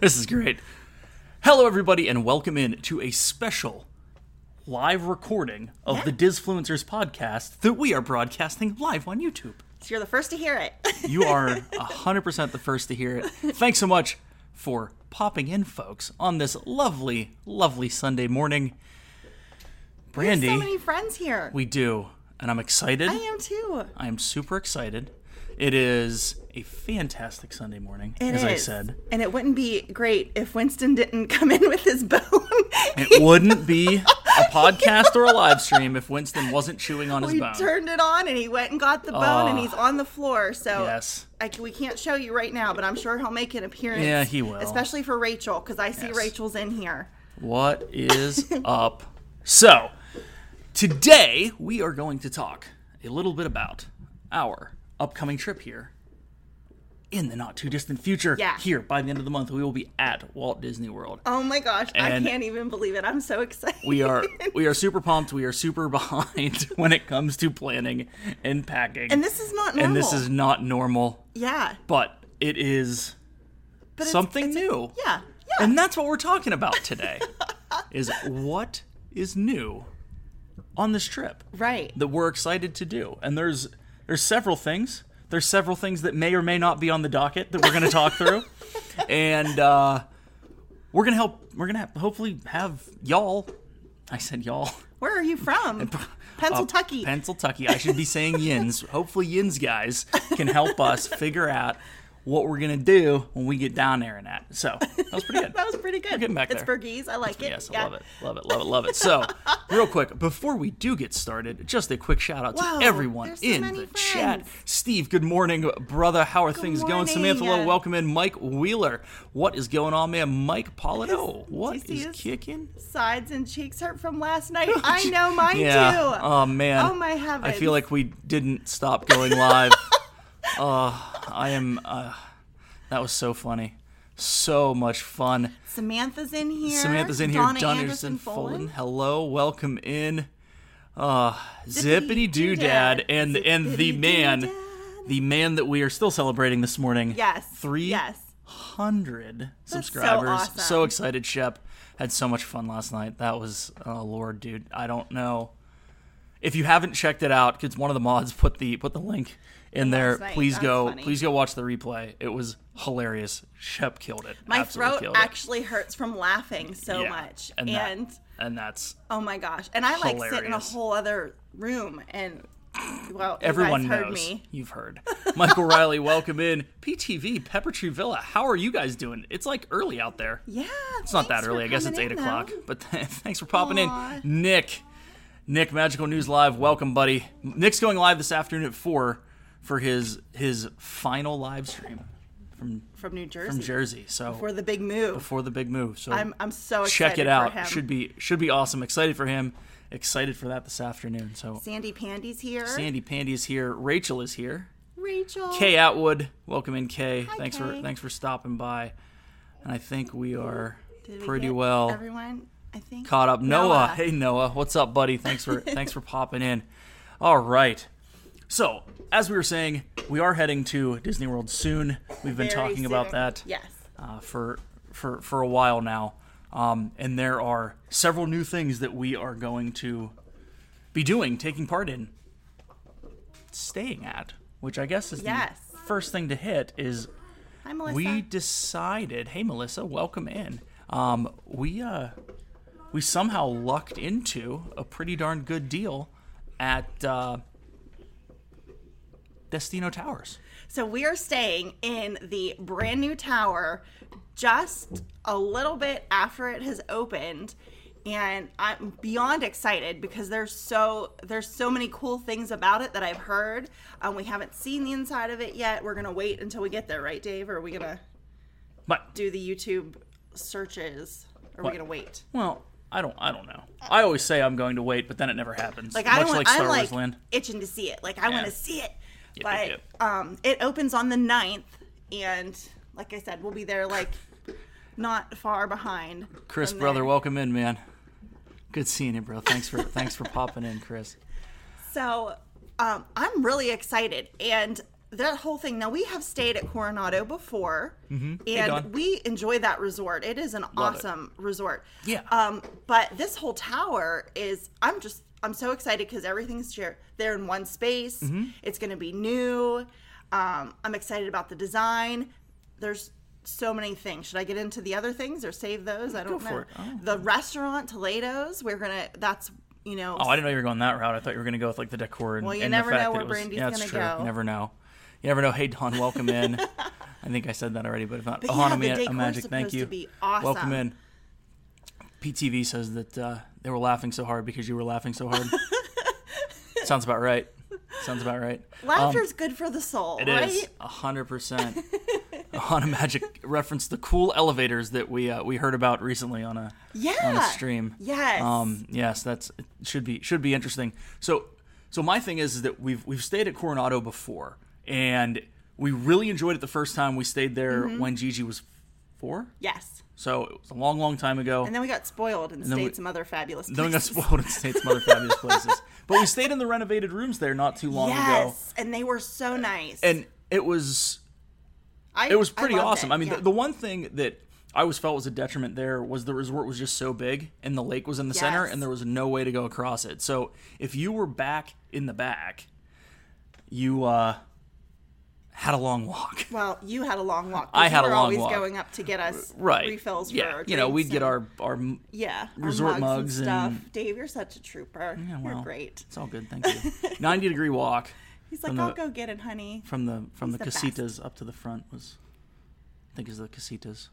This is great. Hello, everybody, and welcome in to a special live recording of the Disfluencers podcast that we are broadcasting live on YouTube. So you're the first to hear it. You are 100% the first to hear it. Thanks so much for popping in, folks, on this lovely, lovely Sunday morning. Brandy, We have so many friends here. we do, and I'm excited. I am too. I am super excited. It is a fantastic Sunday morning, It as I is. said. And it wouldn't be great if Winston didn't come in with his bone. It wouldn't be a podcast or a live stream if Winston wasn't chewing on his we bone. Ah. turned it on and he went and got the bone and he's on the floor. So Yes. I c we can't show you right now, but I'm sure he'll make an appearance. Yeah, he will. Especially for Rachel, because I see Yes. Rachel's in here. What is up? So, today we are going to talk a little bit about our upcoming trip here in the not too distant future. Yeah. Here by the end of the month, we will be at Walt Disney World. Oh my gosh, And- I can't even believe it. I'm so excited. We are we are super pumped. We are super behind when it comes to planning and packing. and this is not normal. And this is not normal, yeah, but it is but it's- something it's- new. Yeah, yeah. And that's what we're talking about today. is what is new on this trip? Right. that we're excited to do. And there's there's several things. There's several things that may or may not be on the docket that we're going to talk through, and uh, we're gonna help. We're gonna have, hopefully have y'all. I said y'all. Where are you from? Uh, Pennsylvania. Pennsylvania. I should be saying yins. Hopefully, yins guys can help us figure out what we're gonna do when we get down there and that. So that was pretty good. That was pretty good. We're getting back it's there. Burgese. I like it. Yes, I Yeah. love it. Love it. Love it. Love it. So, real quick, before we do get started, just a quick shout out Wow, to everyone there's so in many the chat. friends. Steve, good morning, brother. How are things going? Samantha morning. Lowe, welcome in. Mike Wheeler, what is going on, man? Mike Polito, what see is his- kicking? Sides and cheeks hurt from last night. I know mine yeah. too. Oh, man. Oh, my I heavens. feel like we didn't stop going live. uh, I am. Uh, that was so funny. So much fun. Samantha's in here. Samantha's in here. Donna Don Anderson Anderson Follin. Follin. Hello, welcome in. Uh, Zippity Doo Dad Dad. and and the Zippity man, doodad. the man that we are still celebrating this morning. Yes. three Yes. hundred subscribers. awesome. excited, Shep. Had so much fun last night. That was oh lord, dude. I don't know. If you haven't checked it out, because one of the mods put the put the link in there, night. please That's go funny. please go watch the replay. It was hilarious. Shep killed it. My Absolutely throat killed it. actually hurts from laughing so Yeah, much. and And, that- and that's oh my gosh. And I like sit in a Hilarious. whole other room and well, you Everyone guys heard knows. me. You've heard. Michael Riley, welcome in. PTV, Pepper Tree Villa. How are you guys doing? It's like early out there. Yeah. it's not that early. I guess it's 8 o'clock. But thanks for popping Aw. in. Nick, Nick, Magical News Live, welcome, buddy. Nick's going live this afternoon at 4 for his his final live stream From New Jersey. from Jersey. So for the big move. before the big move. So I'm I'm so excited check it for out. him. Should be should be awesome. Excited for him. Excited for that this afternoon. So Sandy Pandy's here. Sandy Pandy is here. Rachel is here. Rachel. Kay Atwood, welcome in, Kay. thanks for Kay. thanks for stopping by, and I think we are Did we pretty get well Everyone, I think. caught up. Noah. Noah. hey Noah, what's up, buddy? Thanks for thanks for popping in. All right. So as we were saying, we are heading to Disney World soon. We've been Very talking about soon. that Yes. uh, for for for a while now, um, and there are several new things that we are going to be doing, taking part in, staying at, which I guess is Yes. the first thing to hit is Hi, Melissa. we decided. Hey, Melissa, welcome in. Um, we uh, we somehow lucked into a pretty darn good deal at uh, Destino Towers. so we are staying in the brand new tower just a little bit after it has opened. And I'm beyond excited because there's so there's so many cool things about it that I've heard. Um, we haven't seen the inside of it yet. We're gonna wait until we get there, right, Dave? Or are we gonna But do the YouTube searches? Or are What? we gonna wait? Well, I don't. I don't know. I always say I'm going to wait, but then it never happens. Like much I want, like Star I'm Wars like Land. itching to see it. Like I Yeah. want to see it. yep, but um, it opens on the 9th, and like I said, we'll be there like not far behind. Chris, from brother, there. welcome in, man. Good seeing you, bro. Thanks for thanks for popping in, Chris. So um, I'm really excited, and that whole thing. Now we have stayed at Coronado before, Mm-hmm. Dawn. and we enjoy that resort. It is an it. awesome resort. Yeah. Um, but this whole tower is. I'm just. I'm so excited because everything's shared. They're in one space. Mm-hmm. It's going to be new. Um, I'm excited about the design. There's so many things. Should I get into the other things or save those? I don't for know. it. Oh. The restaurant Toledo's. We're gonna. That's you know. Oh, I didn't know you were going that route. I thought you were going to go with like the decor and Well, you and the never fact that know where it was- Brandy's yeah, that's gonna true. go. You never know. You never know. Hey, Don, welcome in. I think I said that already, but if not, But yeah, Ohana the Ma- uh, decor's Magic, thank supposed to you. be awesome. Welcome in. PTV says that uh, they were laughing so hard because you were laughing so hard. Sounds about right. Sounds about right. Um, Laughter's good for the soul, It right? is a hundred percent. Ohana Magic referenced the cool elevators that we uh, we heard about recently on a Yeah. on a stream. Yes. Um, yes, that's it should be should be interesting. So so my thing is, is that we've we've stayed at Coronado before and we really enjoyed it the first time we stayed there Mm-hmm. when Gigi was four. yes. So it was a long, long time ago. And then we got spoiled and, then stayed we- some other fabulous places. then we got spoiled and stayed some other fabulous places. But we stayed in the renovated rooms there not too long ago. yes, and they were so nice. And it was I, it was I pretty loved awesome. it, I mean, yeah. the, the one thing that I always felt was a detriment there was the resort was just so big and the lake was in the center Yes. and there was no way to go across it. So if you were back in the back, you uh, had a long walk. well, you had a long walk. I had you a were long always walk. going up to get us Right. refills. yeah. for our you know, drinks we'd get and- our our. m- yeah our resort mugs and stuff. and- Dave, you're such a trooper. Yeah, You're oh, well, great. It's all good. Thank you. Ninety degree walk He's like, the- I'll go get it, honey. from the from the, the best. casitas up to the front was, I think is the casitas.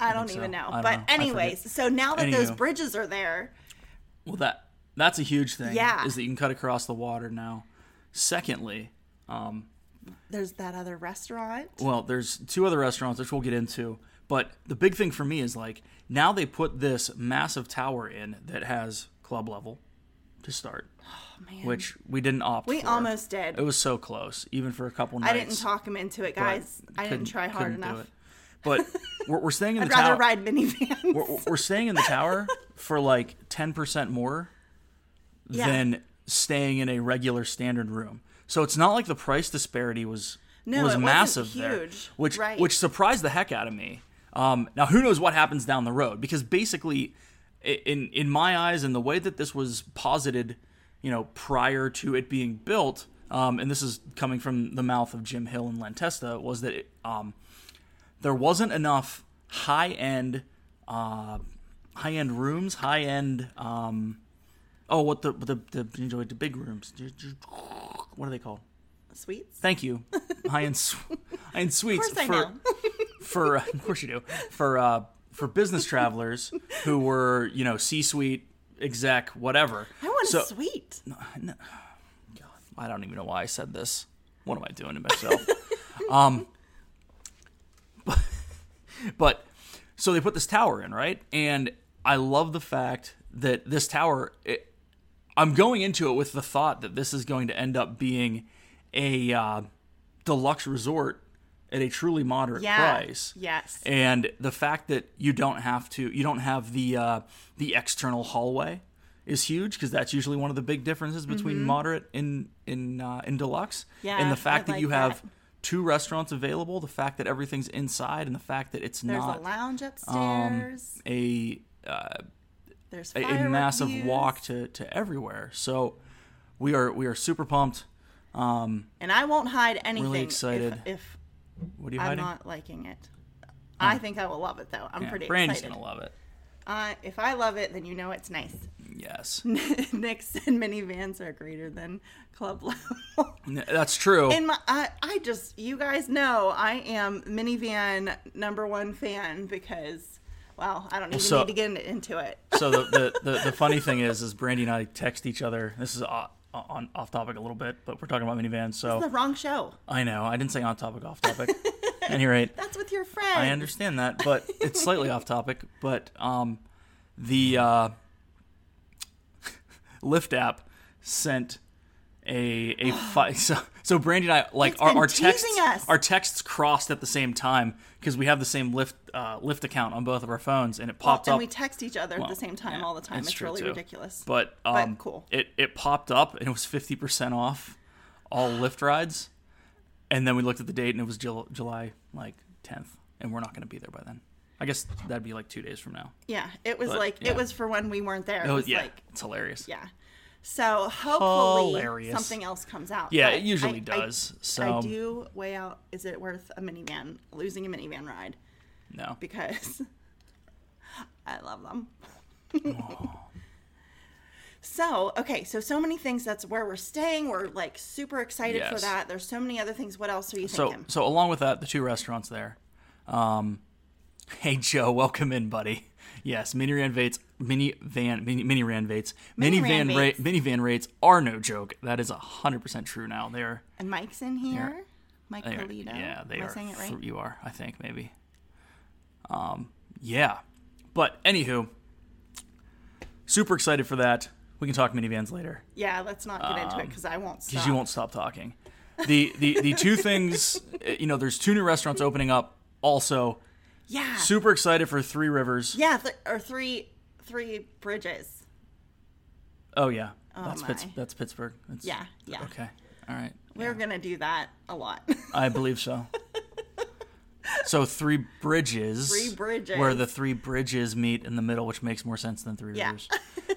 I don't think so. even know. I don't but know. I forget. anyways, so now that those Anywho. bridges are there, Well, that that's a huge thing. Yeah. is that you can cut across the water now. Secondly, there's that other restaurant. Well, there's two other restaurants which we'll get into, but the big thing for me is like now they put this massive tower in that has club level to start, Man, which we didn't opt. we for. almost did. It was so close, even for a couple nights. I didn't talk him into it, guys. I didn't couldn't- try hard couldn't do enough. it. But we're, we're staying in the I'd rather tower. ride minivans. we're, we're staying in the tower for like ten percent more Yeah. than staying in a regular standard room. So it's not like the price disparity was No, was it wasn't massive there, huge. which Right. which surprised the heck out of me. Um, now who knows what happens down the road because basically, i- in in my eyes and the way that this was posited, you know, prior to it being built, um, and this is coming from the mouth of Jim Hill and Lentesta, was that it, um, there wasn't enough high end uh, high end rooms, high end um, oh what the the the, the, the big rooms. What are they called? Sweets? Thank you. High end su- high end suites Of course I for know. for uh, of course you do. For uh for business travelers who were, you know, C-suite exec whatever. I want so, a sweet. I don't even know why I said this. What am I doing to myself? um, but, but so they put this tower in, right? And I love the fact that this tower. It, I'm going into it with the thought that this is going to end up being a uh, deluxe resort at a truly moderate Yeah. price Yes. and the fact that you don't have to you don't have the uh, the external hallway is huge because that's usually one of the big differences between moderate and in uh, in deluxe Mm-hmm. Yeah, and the I fact that like you have that. two restaurants available the fact that everything's inside and the fact that it's There's not um, a lounge upstairs. a There's a, a firework massive views. walk to, to everywhere so we are we are super pumped And I won't hide anything. if- excited. If, what are you I'm hiding Hmm. not liking it. I think I will love it though. I'm Yeah, pretty brandy's excited. gonna love it Uh, if I love it, then you know it's nice. yes Nick said minivans are greater than club level. N- that's true In my, I, I just, you guys know, I am minivan number one fan because, well, I don't even so- need to get in- into it. so the, the, the, the funny thing is, is Brandy and I text each other. This is o- on off topic a little bit, but we're talking about minivans. It's the So wrong show. I know I didn't say on topic, off topic. At any rate, That's with your friend. I understand that, but it's slightly off topic. But um, the uh, Lyft app sent a a fi- so so Brandy and I like It's our, been our teasing texts us. our texts crossed at the same time because we have the same Lyft uh, Lyft account on both of our phones, and it popped and up. we text each other at the same time yeah, all the time. that's It's true, really too. ridiculous. But um, cool. It it popped up and it was fifty percent off all Lyft rides, And then we looked at the date and it was Jul- July like 10th, and we're not going to be there by then. I guess that'd be like two days from now. Yeah, it was But, like yeah. it was for when we weren't there. It Oh was yeah, like it's hilarious. yeah. So hopefully Hilarious. something else comes out. Yeah, But it usually I- I- does. so I do weigh out is it worth a minivan losing a minivan ride no, because I love them. so, okay, so so many things that's where we're staying. We're like super excited for Yes. that. There's so many other things. What else are you So, thinking? so along with that, the two restaurants there. Um, hey Joe, welcome in, buddy. Yes, minivan rates, minivan, mini, minivan rates, Minivan minivan rate, rates. minivan rates are no joke. That is hundred percent true. Now they're, And Mike's in here. Mike they're Polito. yeah, they Am are. I saying it right? th- you are, I think maybe. Um, yeah, but anywho, super excited for that. We can talk minivans later. yeah, let's not get into it because I won't stop. because Um, you won't stop talking. The the the two things, uh, you know, there's two new restaurants opening up. Also, Yeah. super excited for Three Rivers. yeah, th- or three three bridges. Oh yeah, that's Pitts, my. that's Pittsburgh. That's, Yeah, yeah. Okay, all right. We're gonna do that a lot. I believe so. So three bridges, Three bridges. where the three bridges meet in the middle, which makes more sense than three Yeah. rivers.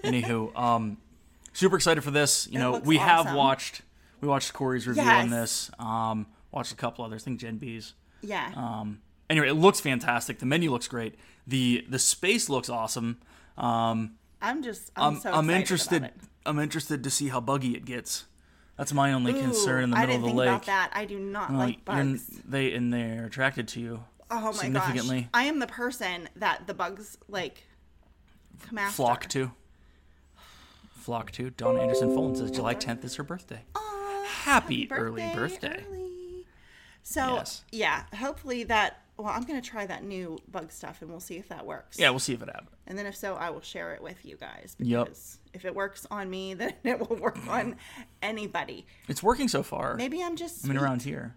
Anywho, um, super excited for this. You know, looks we have awesome. watched we watched Corey's review on Yes. this. Um, watched a couple others. I think Jen B's. yeah. Um, anyway, it looks fantastic. The menu looks great. the The space looks awesome. Um, I'm just I'm, so I'm excited interested. about it. I'm interested to see how buggy it gets. That's my only concern in the Ooh, I middle didn't of the think lake. about that. I do not like Like, you're- bugs. they and they're attracted to you. Oh my gosh. significantly I am the person that the bugs like come after. flock to. Flock to. Donna Anderson Fulton says July 10th is her birthday. Aw, Happy, early birthday. early. So Yes. yeah, hopefully that well, I'm gonna try that new bug stuff and we'll see if that works. Yeah, we'll see if it happens. And then if so, I will share it with you guys Yep. because if it works on me, then it will work on anybody. It's working so far. Maybe I'm just I mean, around here.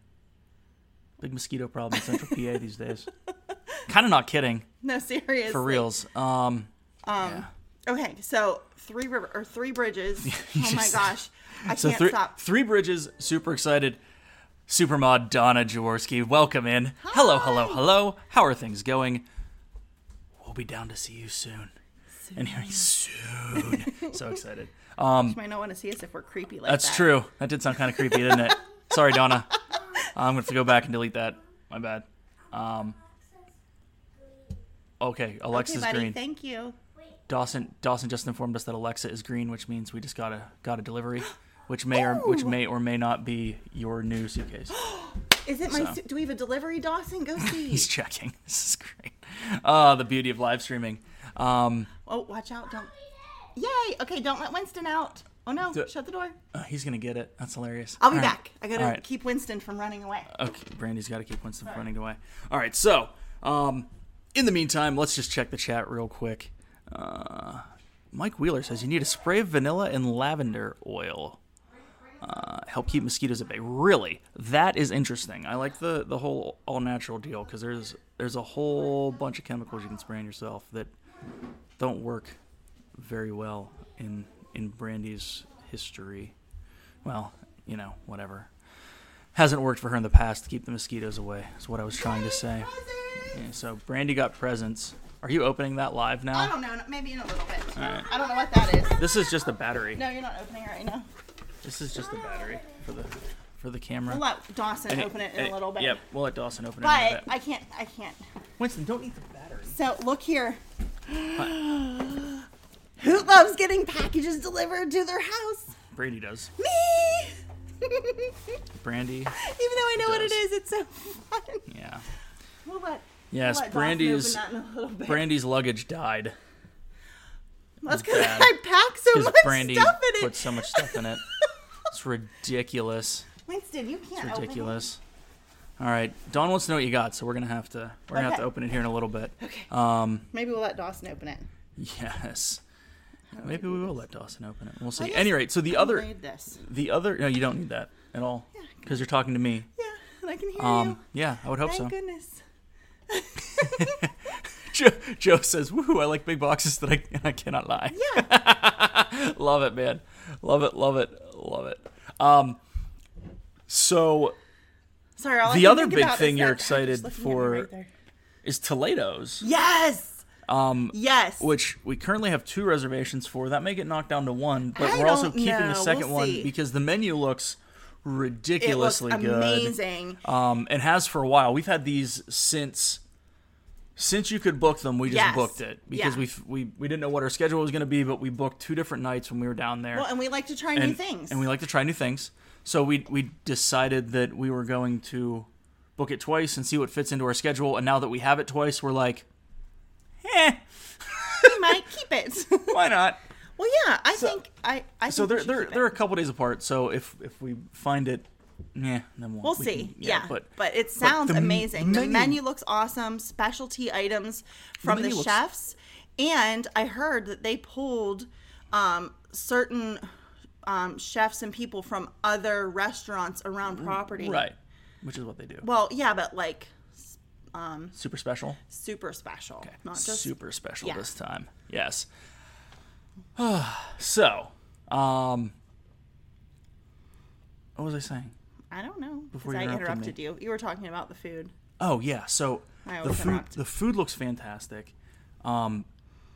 Big mosquito problem in central PA these days. Kind of not kidding. no serious For reals. Um, Okay, so three river or three bridges. oh my just- gosh, I So can't three, stop. three bridges. Super excited. Supermod Donna Jaworski, welcome in. Hello, hello, hello. How are things going? We'll be down to see you soon. And here soon. so excited. You might not want to see us if we're creepy like Mm. That's that. true. That did sound kind of creepy, didn't it? Sorry, Donna. I'm gonna have to go back and delete that. My bad. Um, okay, Okay, Alexa's buddy, green. thank you. Dawson Dawson just informed us that Alexa is green, which means we just got a got a delivery, which may or which may or may not be your new suitcase. Is it my? su- Do we have a delivery, Dawson? Go see. He's checking. This is great. Uh, the beauty of live streaming. Um, oh, watch out! Don't. Yay! Okay, don't let Winston out. Oh no! Shut the door. uh, he's gonna get it. That's hilarious. I'll be All right. back. I gotta All right. keep Winston from running away. Okay, Brandy's got to keep Winston from running away. All right, so um, in the meantime, let's just check the chat real quick. Uh, Mike Wheeler says you need a spray of vanilla and lavender oil. Uh, help keep mosquitoes at bay. Really, that is interesting. I like the the whole all natural deal because there's there's a whole bunch of chemicals you can spray on yourself that don't work very well in in Brandy's history. Well, you know, whatever hasn't worked for her in the past to keep the mosquitoes away. Is what I was trying to say. Yeah, so Brandy got presents. Are you opening that live I now? don't know. Maybe in a little bit. right. I don't know what that is. This is just a battery. No, you're not opening it right now. This is just a battery for the for the camera. We'll let Dawson Any- open it in any- a little bit. Eh, Yep, we'll let Dawson open it. in a But bit. I can't. I can't. Winston, don't eat the battery. So look here. Who loves getting packages delivered to their house? Brady does. Me! Even Brandy, though I know what it Does. is, it's so fun. yeah. We'll let, Yes, we'll let Dawson Brandy's open that in a little bit. Brandy's luggage died That's because bad. I pack so because much Brandy stuff in put it. so much stuff in it. It's ridiculous. Winston, you can't Ridiculous. All right, Dawn wants to know what you got, so we're gonna have to we're gonna have Okay. to open it here in a little bit. open it. Okay. Um, Maybe we'll let Dawson open it. Yes. Maybe we will let Dawson open it. We'll see. guess Any rate, so the I other, need this. the other, no, you don't need that at all because you're talking to me. Yeah, and I can hear you. Um, yeah, I would hope Thank so. goodness. Joe, Joe says, "Woohoo! I like big boxes that I I cannot lie. Yeah. love it, man. Love it. Love it. Love it." Um, so Sorry, all I The can other think big about is thing you're that guy just excited looking at me for- right there. is Toledo's, yes. Um. Yes. which we currently have two reservations for. That may get knocked down to one, but I we're also don't keeping the know. 2nd We'll one see. because the menu looks it looks ridiculously good. amazing. Um, and has for a while. We've had these since since you could book them. We just Yes. booked it because Yeah. we we we didn't know what our schedule was going to be, but we booked two different nights when we were down there. Well, and we like to try new things. and we like to try new things. So we we decided that we were going to book it twice and see what fits into our schedule. And now that we have it twice, we're like, eh, we might keep it. why not? well, yeah. I think I. I So think they're we should they're keep it. they're a couple days apart. So if if we find it, yeah, then we'll, We'll we see. can- yeah, but but, it sounds the m- amazing. the menu- menu looks awesome. Specialty items from the, menu looks- chefs, and I heard that they pulled um, certain um, chefs and people from other restaurants around property. right, which is what they do. Well, yeah, but like Super special. super special, not just super special yeah. this time. Yes. so, um, what was I saying? I don't know Before because you I interrupted interrupted you. You were talking about the food. Oh yeah, so I the always food interrupt. the food looks fantastic. Um,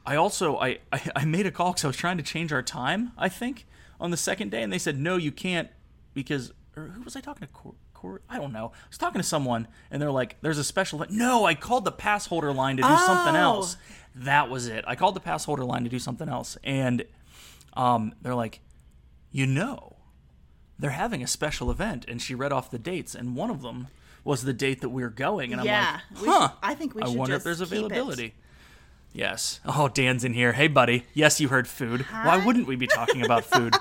I also I, I I made a call because I was trying to change our time. I think on the second day, and they said no, you can't because or who was I talking to? Cor- Cor- I don't know. I was talking to someone, and they're like, "There's a special." Li-. No, I called the pass holder line to do something Oh. else. That was it. I called the pass holder line to do something else, and um, they're like, "You know." they're having a special event and she read off the dates and one of them was the date that we are going and Yeah, i'm we like huh should- I think we i should wonder if just there's keep it." availability yes oh dan's in here hey buddy yes you heard food why wouldn't we be talking about food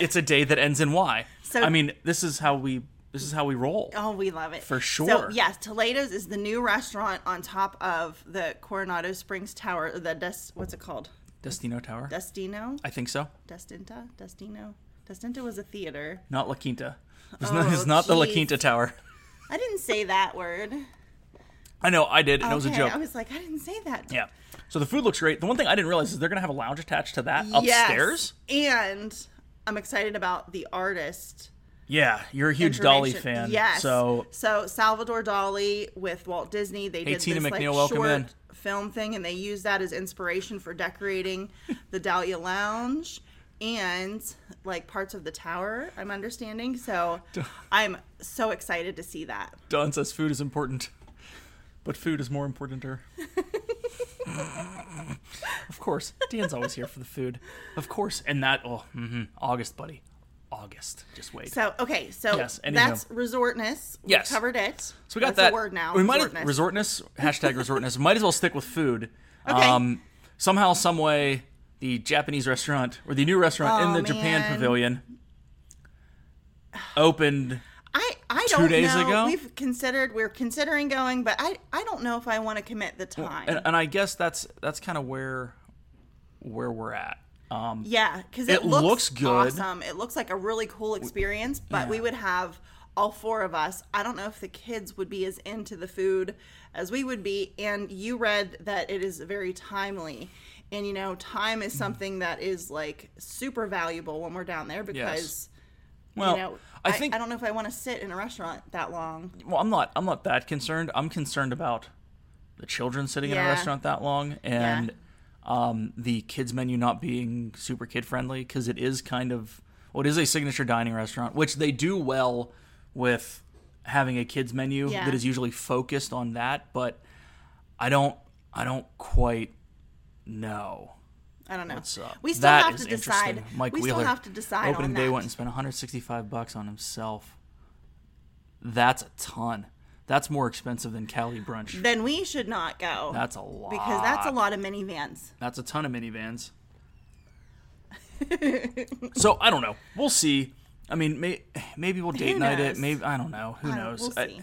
it's a day that ends in y So- i mean this is how we this is how we roll Oh, we love it. For So, sure. yes, Toledo's is the new restaurant on top of the Coronado Springs Tower, the Des- what's it called? destino tower Destino? i think so Destinta? Destino? Destinta was a theater. not la quinta it's not, Oh, it's not the la geez. quinta tower I didn't say that word. i know i did and it was a Okay, joke I was like, I didn't say that. yeah so the food looks great the one thing i didn't realize is they're gonna have a lounge attached to that Yes. upstairs And I'm excited about the artist. Yeah, you're a huge Dolly information. fan. Yes. So so Salvador Dali with Walt Disney, they did Tina this McNeil, like welcome short in. film thing, and they used that as inspiration for decorating the Dahlia Lounge and like parts of the tower. I'm understanding, so I'm so excited to see that. Don says food is important, but food is more important to her. of course, Dan's always here for the food. Of course, and that oh, mhm, August, buddy, August. Just wait. So, So okay, so Yes, anywho. that's resortness. We Yes. covered it. So we got that's that a word now. We might have- resortness resortness. hashtag resortness. might as well stick with food. Um, Okay. somehow, some way, the Japanese restaurant or the new restaurant in Aw, the Japan Oh, man. Pavilion opened. I I don't days know. ago? We've considered we're considering going, but I I don't know if I want to commit the time. and, and I guess that's that's kind of where where we're at. Um, Yeah, because it, It looks, looks good. Awesome. It looks like a really cool experience, but we would have all four of us. I don't know if the kids would be as into the food as we would be. And you read that it is very timely. And you know, time Mm-hmm. is something that is like super valuable when we're down there because well, you know I think I don't know if I want to sit in a restaurant that long. well, I'm not I'm not that concerned. I'm concerned about the children sitting in a Yeah. restaurant that long and um, the kids menu not being super kid friendly because it is kind of well, it is a signature dining restaurant, which they do well with having a kids menu Yeah. that is usually focused on that. But I don't I don't quite know. I don't know. up. We still That have is to decide. interesting. Mike we Wheeler still have to decide opening on day that. went and spent 165 bucks on himself. That's a ton. That's more expensive than Cali brunch. Then we should not go That's a lot. because that's a lot of minivans. That's a ton of minivans. so I don't know. We'll see. I mean, may, maybe we'll date night it. knows? Maybe I don't know. Who I don't- knows? We'll I- see.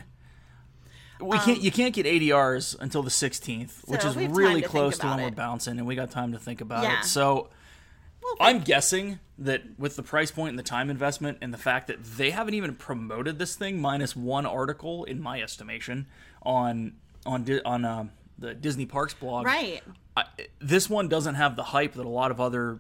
Um, we can't. You can't get ADRs until the 16th, which So is we have time really to think close to when about we're it. bouncing, and we got time to think about Yeah. it. So We'll I'm guessing that with the price point and the time investment and the fact that they haven't even promoted this thing minus one article in my estimation on on Di- on um the Disney Parks blog. Right. I, this one doesn't have the hype that a lot of other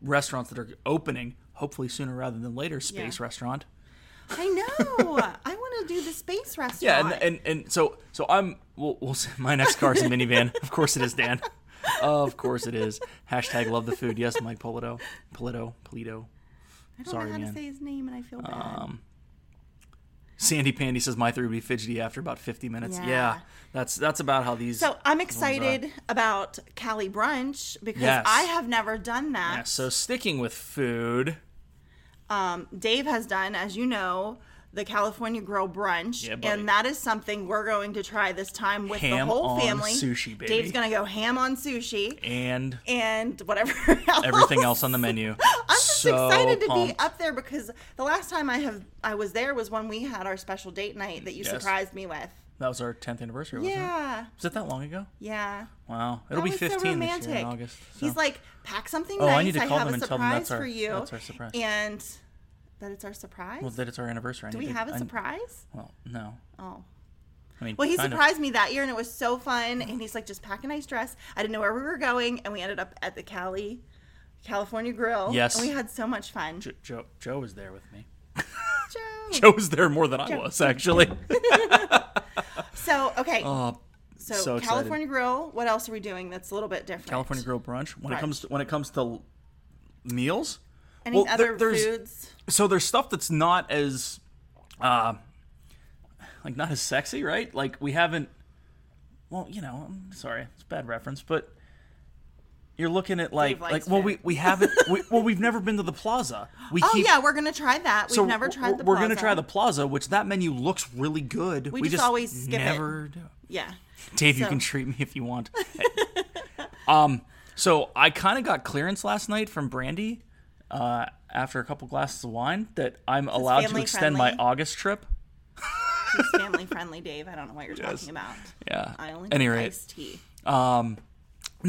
restaurants that are opening hopefully sooner rather than later space Yeah. restaurant. I know. I want to also do the space restaurant. Yeah, and, and and so so I'm we'll, we'll say my next car is a minivan. of course it is, Dan. Of course it is. Hashtag love the food. Yes, Mike Polito. Polito. Polito. I don't sorry, know how man. to say his name, and I feel bad. Uh, Sandy Pandy says my three would be fidgety after about fifty minutes. Yeah. Yeah. that's that's about how these. So I'm these ones are. excited about Cali brunch because Yes. I have never done that. Yeah, so sticking with food. um, Dave has done, as you know, the California Grill brunch, Yeah, buddy. and that is something we're going to try this time with Ham the whole on family. sushi, baby. Dave's gonna go ham on sushi and and whatever else. everything else on the menu. I'm I'm just excited to be up there because the last time I have I was there was when we had our special date night that you Yes. Uh-huh. surprised me with. That was our 10th anniversary, wasn't it? Yeah, Was it that long ago? yeah. Wow, it'll be was so 15 this year in romantic. August. He's so. like, pack something Oh, nice. I need to call have them a and surprise tell them that's our- for you. that's our surprise. And that it's our surprise. well, that it's our anniversary. Do we have a surprise? well, no. Oh. I mean, Well, he kind of. surprised me that year, and it was so fun. And he's like, just pack a nice dress. I didn't know where we were going, and we ended up at the Cali, California Grill. Yes. and we had so much fun. Jo- Joe, Joe was there with me. Joe. Joe was there more than I was actually. So okay, Uh, so so, excited. California Grill. What else are we doing that's a little bit different? California Grill brunch. When it Brunch. comes to, when it comes to l- meals, Any Well, there- other there's- foods? so there's stuff that's not as uh like not as sexy right like we haven't well you know i'm sorry it's a bad reference but you're looking at like likes like well food. we, we haven't we, well we've never been to the plaza we Oh keep yeah, we're gonna try that. We've so never w- tried the. we're gonna Plaza. try the plaza which that menu looks really good we, just always skip it. never do it. Yeah. Dave, you So- can treat me if you want. um, so I kind of got clearance last night from Brandy uh, after a couple glasses of wine that I'm allowed to family extend my friendly. August trip. It's family friendly, Dave. I don't know what you're talking about. Yeah. I only Any drink rate, iced tea. no,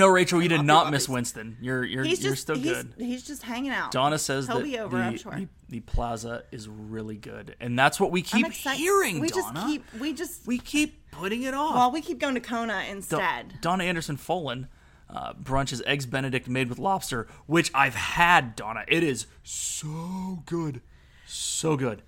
Rachel, you did Happy not miss Bobby's. Winston. You're you're He's you're just still he's, good. he's just hanging out. Donna says He'll that be over, the, I'm sure. the the plaza is really good, and that's what we keep I'm excited. hearing. We Donna, just keep we just we keep putting it off. well we keep going to Kona Do- instead. Donna Anderson Folan uh, brunch is eggs Benedict made with lobster, which I've had, Donna. It is so good, so good.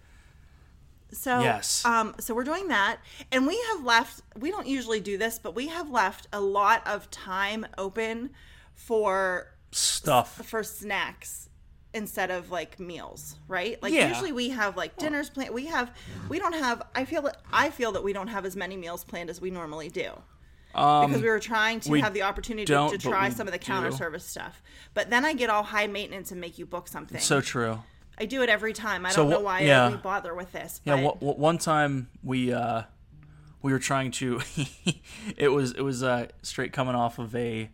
So Yes. um so we're doing that and we have left we don't usually do this but we have left a lot of time open for Stuff. for snacks instead of like meals, right? Like Yeah. usually we have like dinners planned. We have we don't have I feel that I feel that we don't have as many meals planned as we normally do. because we were trying to Um, we have the opportunity don't, to but try we some of the counter do. service stuff. But then I get all high maintenance and make you book something. So true. I do it every time. I So don't know what- why yeah. we bother with this. But Yeah. wha- wha- one time we uh, we were trying to. it was it was uh, straight coming off of a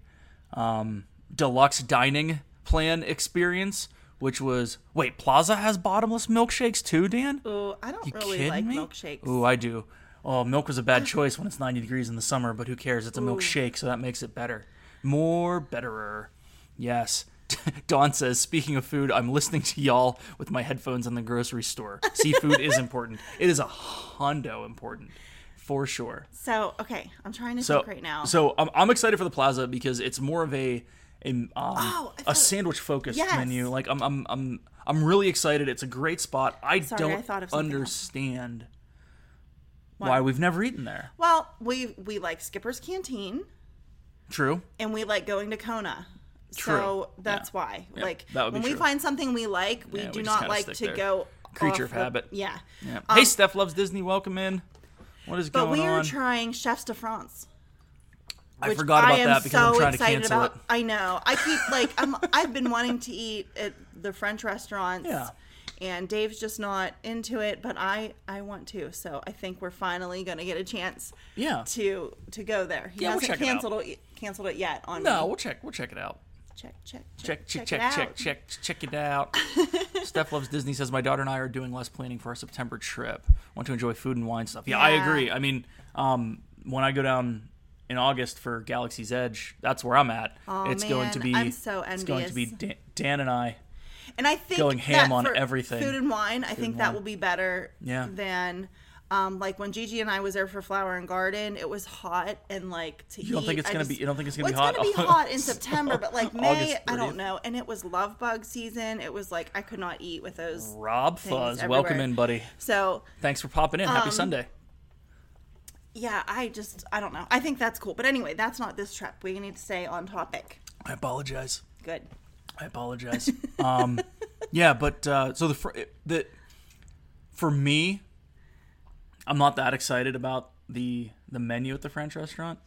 um, deluxe dining plan experience, which was wait Plaza has bottomless milkshakes too, Dan. Ooh, I don't really kidding like me? milkshakes. Ooh, I do. Oh, milk was a bad choice when it's 90 degrees in the summer, but who cares? It's a milkshake, so that makes it better. More betterer. Yes. Dawn says, speaking of food, I'm listening to y'all with my headphones in the grocery store. Seafood is important. It is a hondo important, for sure. So okay, I'm trying to So, think right now. so I'm, I'm excited for the plaza because it's more of a a, um, a thought- sandwich focused Yes. menu. Like I'm I'm I'm I'm really excited. It's a great spot. I don't I thought of something else. understand why we've never eaten there. well, we we like Skipper's Canteen True. and we like going to Kona. True. So that's Yeah. why. Yeah, Like that would be when we true. find something we like, we Yeah, do we just not kinda like stick to there. go Creature off of the- habit. Yeah. Yeah. hey, Steph loves Disney. Welcome in. What is Um, But going we are on? trying Chefs de France. I which forgot about I am that because so I'm trying to excited cancel about. it. I know. I keep like I'm. I've been wanting to eat at the French restaurants. Yeah. And Dave's just not into it, but I I want to. So I think we're finally gonna get a chance Yeah. to to go there. He Yeah, we'll hasn't check it out. canceled it, canceled it yet. On No, we'll check. We'll check it out. check check Check, check, check check check, it check, out. check, check it out. Steph loves Disney. Says my daughter and I are doing less planning for our September trip. Want to enjoy food and wine stuff. Yeah, I Yeah. agree. I mean, um, when I go down in August for Galaxy's Edge, that's where I'm at. it's going to man, be. I'm so It's going to be envious. Dan, Dan and I. And I think Going ham that on for everything. Food and wine. I think that wine. will be better Yeah. than Um, like when Gigi and I was there for Flower and Garden, it was hot and like to You don't think eat, it's I gonna just- be- you don't think it's gonna Well, be hot It's gonna be on- hot in September, but like May, August I 30th. don't know. And it was love bug season. It was like I could not eat with those. Rob Things Fuzz, everywhere. Um, welcome in, buddy. So Thanks for popping in. Happy Sunday. yeah, I just I don't know. I think that's cool. But anyway, that's not this trip. We need to stay on topic. I apologize. Good. I apologize. um, yeah, but uh, so the fr- it- the for me, I'm not that excited about the the menu at the French restaurant.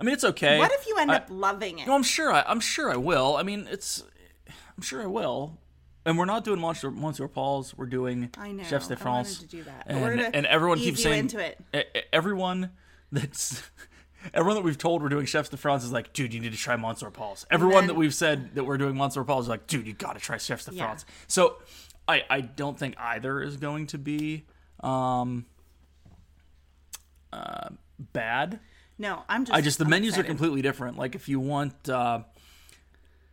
I mean, it's okay. What if you end I- up loving it? No, I'm sure. I, I'm sure I will. I mean, it's. I'm sure I will. And we're not doing Monsieur, Monsieur Paul's. We're doing I know. Chefs de I wanted France. to do that. But we're And, gonna and everyone ease keeps you saying into it. e- e- Everyone that's everyone that we've told we're doing Chefs de France is like, dude, you need to try Monsieur Paul's. Everyone then- that we've said that we're doing Monsieur Paul's is like, dude, you got to try Chefs de Yeah. France. So I I don't think either is going to be um uh bad. No, I'm just. I just the I'm menus are excited. completely different. Like if you want uh,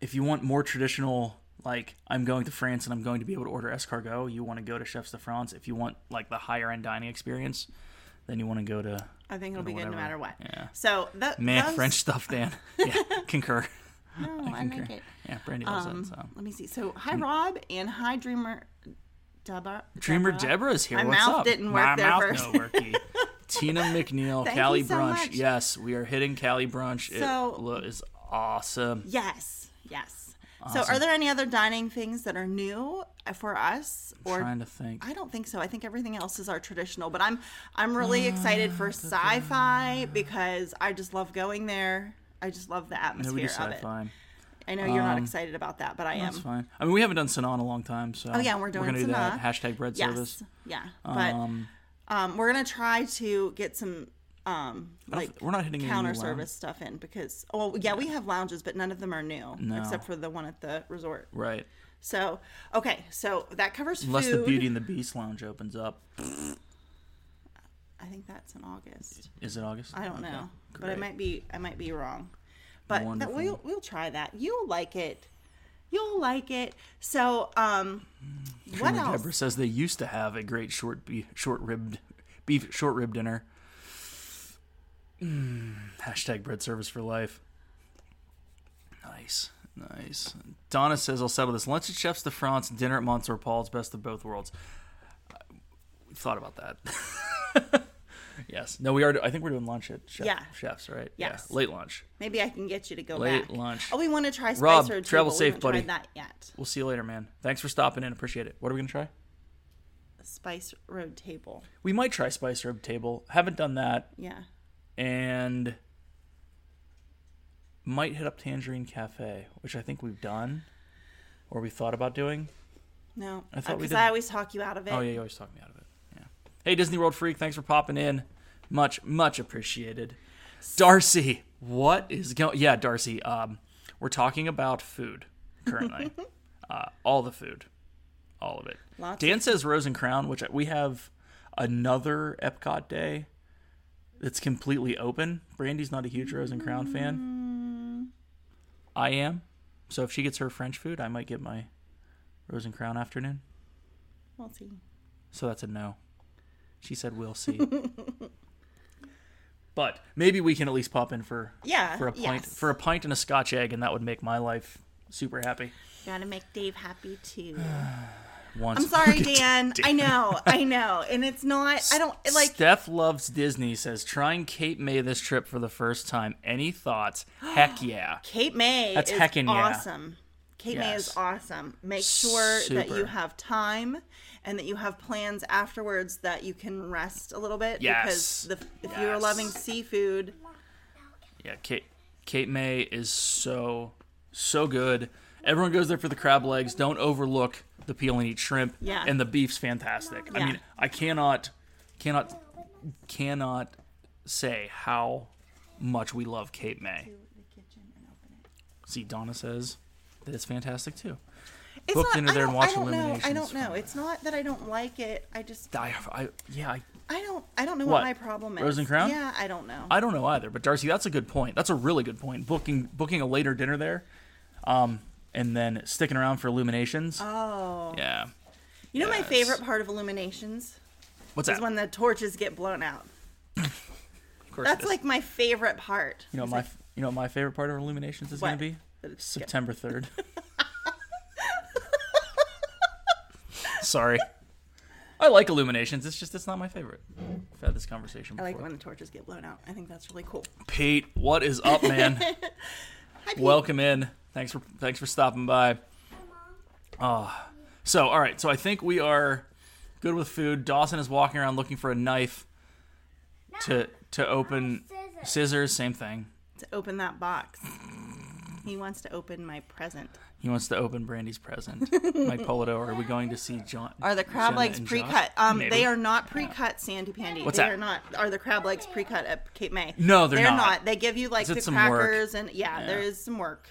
if you want more traditional like I'm going to France and I'm going to be able to order escargot, you want to go to Chefs de France. If you want like the higher end dining experience, then you want to go to I think it'll be good no whatever. matter what. Yeah. So that man those- French stuff, Dan. Yeah, concur. No, I, like it. Yeah, Brandy loves Um, it. So. Let me see. So hi Rob and hi Dreamer. Deba, Dreamer Deborah's here. My What's mouth up? didn't My work there mouth first. no worky. Tina McNeil, Thank Cali you so Brunch. much. Yes, we are hitting Cali Brunch. So- it lo- is awesome. Yes, yes. So are there any other dining things that are new for us? Or Trying to think. I don't think so. I think everything else is our traditional. But I'm I'm Uh, really excited for sci-fi because I just love going there. I just love the Nobody atmosphere of it. sci-fi. I know you're not excited about that, but I am. That's fine. I mean, we haven't done Sanaa in a long time, so oh yeah, we're doing gonna do that Sanaa. hashtag bread Yes. service. Yeah. But um, we're gonna try to get some um like we're not hitting any new counter lounge. service stuff in because well yeah we have lounges but none of them are new except for the one at the resort. Right, So okay, so that covers unless food. the Beauty and the Beast lounge opens up. I think that's in August. Is it August? I don't know, but I great. might be I might be wrong. But that, Wonderful. we'll we'll try that. You'll like it. You'll like it. So um, what Dreamer else? Deborah says they used to have a great short beef, short ribbed beef short rib dinner. Mm, hashtag bread service for life. Nice, nice. Donna says I'll settle this lunch at Chefs de France, dinner at Monsieur Paul's, best of both worlds. Uh, We've thought about that. yes. No, we are. I think we're doing lunch at chef, Yeah. Chefs, right? Yes. Yeah. Late lunch. Maybe I can get you to go Late back. lunch. Oh, we want to try Spicer Rob, Table. travel we safe, haven't tried buddy. that yet. We'll see you later, man. Thanks for stopping in. Appreciate it. What are we gonna try? Spice Road Table. We might try spice rib table. Haven't done that. Yeah. and might hit up Tangerine Cafe, which I think we've done or we thought about doing. No. I thought we Because did- I, always talk you out of it. Oh yeah, you always talk me out of it. Yeah. Hey Disney World freak, thanks for popping in. Much much appreciated. Darcy, what is going? Yeah, Darcy. Um, we're talking about food currently. uh, all the food, all of it. Lots Dan says Rose and Crown, which we have another Epcot day that's completely open. Brandy's not a huge Rose and Crown fan. Mm. I am. So if she gets her French food, I might get my Rose and Crown afternoon. We'll see. So that's a no. She said we'll see. but maybe we can at least pop in for Yeah, for a pint yes. for a pint and a Scotch egg, and that would make my life super happy. Gotta make Dave happy too. Once I'm sorry, Look at Dan. I know, I know, and it's not. I don't like. Steph loves Disney. Says trying Cape May this trip for the first time. Any thoughts? Heck yeah! Kate May That's is heckin' yeah. awesome. Kate May is Yes. awesome. Make sure that you Super. have time and that you have plans afterwards that you can rest a little bit. Yes. Because the, if you're Yes. loving seafood, Yeah, Kate Kate May is so so good. Everyone goes there for the crab legs. Don't overlook the peel and eat shrimp. Yeah. And the beef's fantastic. I Yeah. mean, I cannot cannot cannot say how much we love Kate May. See, Donna says that it's fantastic too. it's Book not. dinner I there and don't- watch I don't know. I Illuminations. don't know. It's not that I don't like it. I just I, I yeah, I, I don't I don't know what, What? my problem is. Rose and Crown? Yeah, I don't know. I don't know either. But Darcy, that's a good point. That's a really good point. Booking booking a later dinner there, um, and then sticking around for Illuminations. oh. yeah. You know my Yes. favorite part of Illuminations? What's is that? when the torches get blown out. of course it That's is. like my favorite part. you know It's my like, you know what my favorite part of Illuminations is What? gonna be That it's good. September third. Sorry, I like Illuminations. It's just it's not my favorite. I've had this conversation I before. like when the torches get blown out. I think that's really cool. Pete, what is up, man? Hi, Pete. Welcome in. Thanks for thanks for stopping by. Oh, so all right. So I think we are good with food. Dawson is walking around looking for a knife to to open Scissors. scissors. Same thing. to open that box. He wants to open my present. He wants to open Brandy's present. Mike Polito, are we going to see John? Are the crab Jenna legs and pre-cut? Josh? Um, Maybe. they are not pre-cut, Sandy Pandy. What's they that? are not. Are the crab legs pre-cut at Cape May? No, they're not. They give you like Is it the some work? crackers and yeah, there is some work.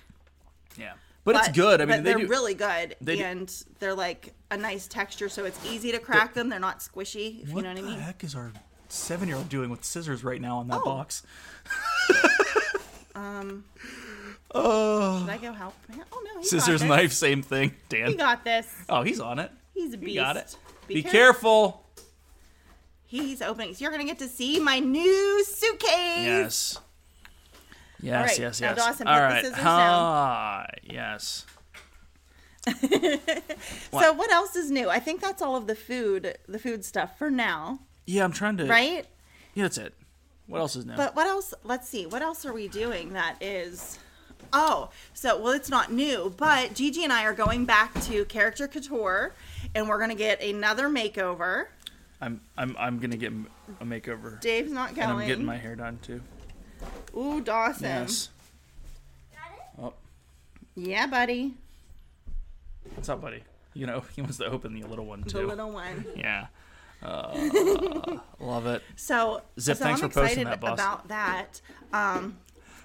Yeah, but, it's good. I mean, but they they're do. really good, they do- and they're like a nice texture, so it's easy to crack them. They're not squishy, if what you know what I the mean. heck is our seven-year-old doing with scissors right now on that Oh. box? Um, Oh, did I go help? man? Oh no, he got scissors, this. knife, same thing. Dan. He got this. oh, he's on it. He's a beast. He got it. Be, care- careful. He's opening. So you're gonna get to see my new suitcase. Yes. Yes, right, yes, now yes. Dawson, All put the right. scissors down. Ah, yes. So what else is new? I think that's all of the food, the food stuff for now, Yeah, I'm trying to. right? Yeah, that's it. What else is new? But what else? Let's see. What else are we doing that is Oh, so well it's not new, but Gigi and I are going back to Character Couture and we're going to get another makeover. I'm, I'm, I'm gonna get m- a makeover, Dave's not going. and I'm getting my hair done too. Ooh, Dawson. Yes. Oh, Yeah, buddy. what's up, buddy? You know, he wants to open the little one The too. little one. Yeah. Uh, love it. So, Zip, so thanks I'm for posting excited that, boss. about that. Um,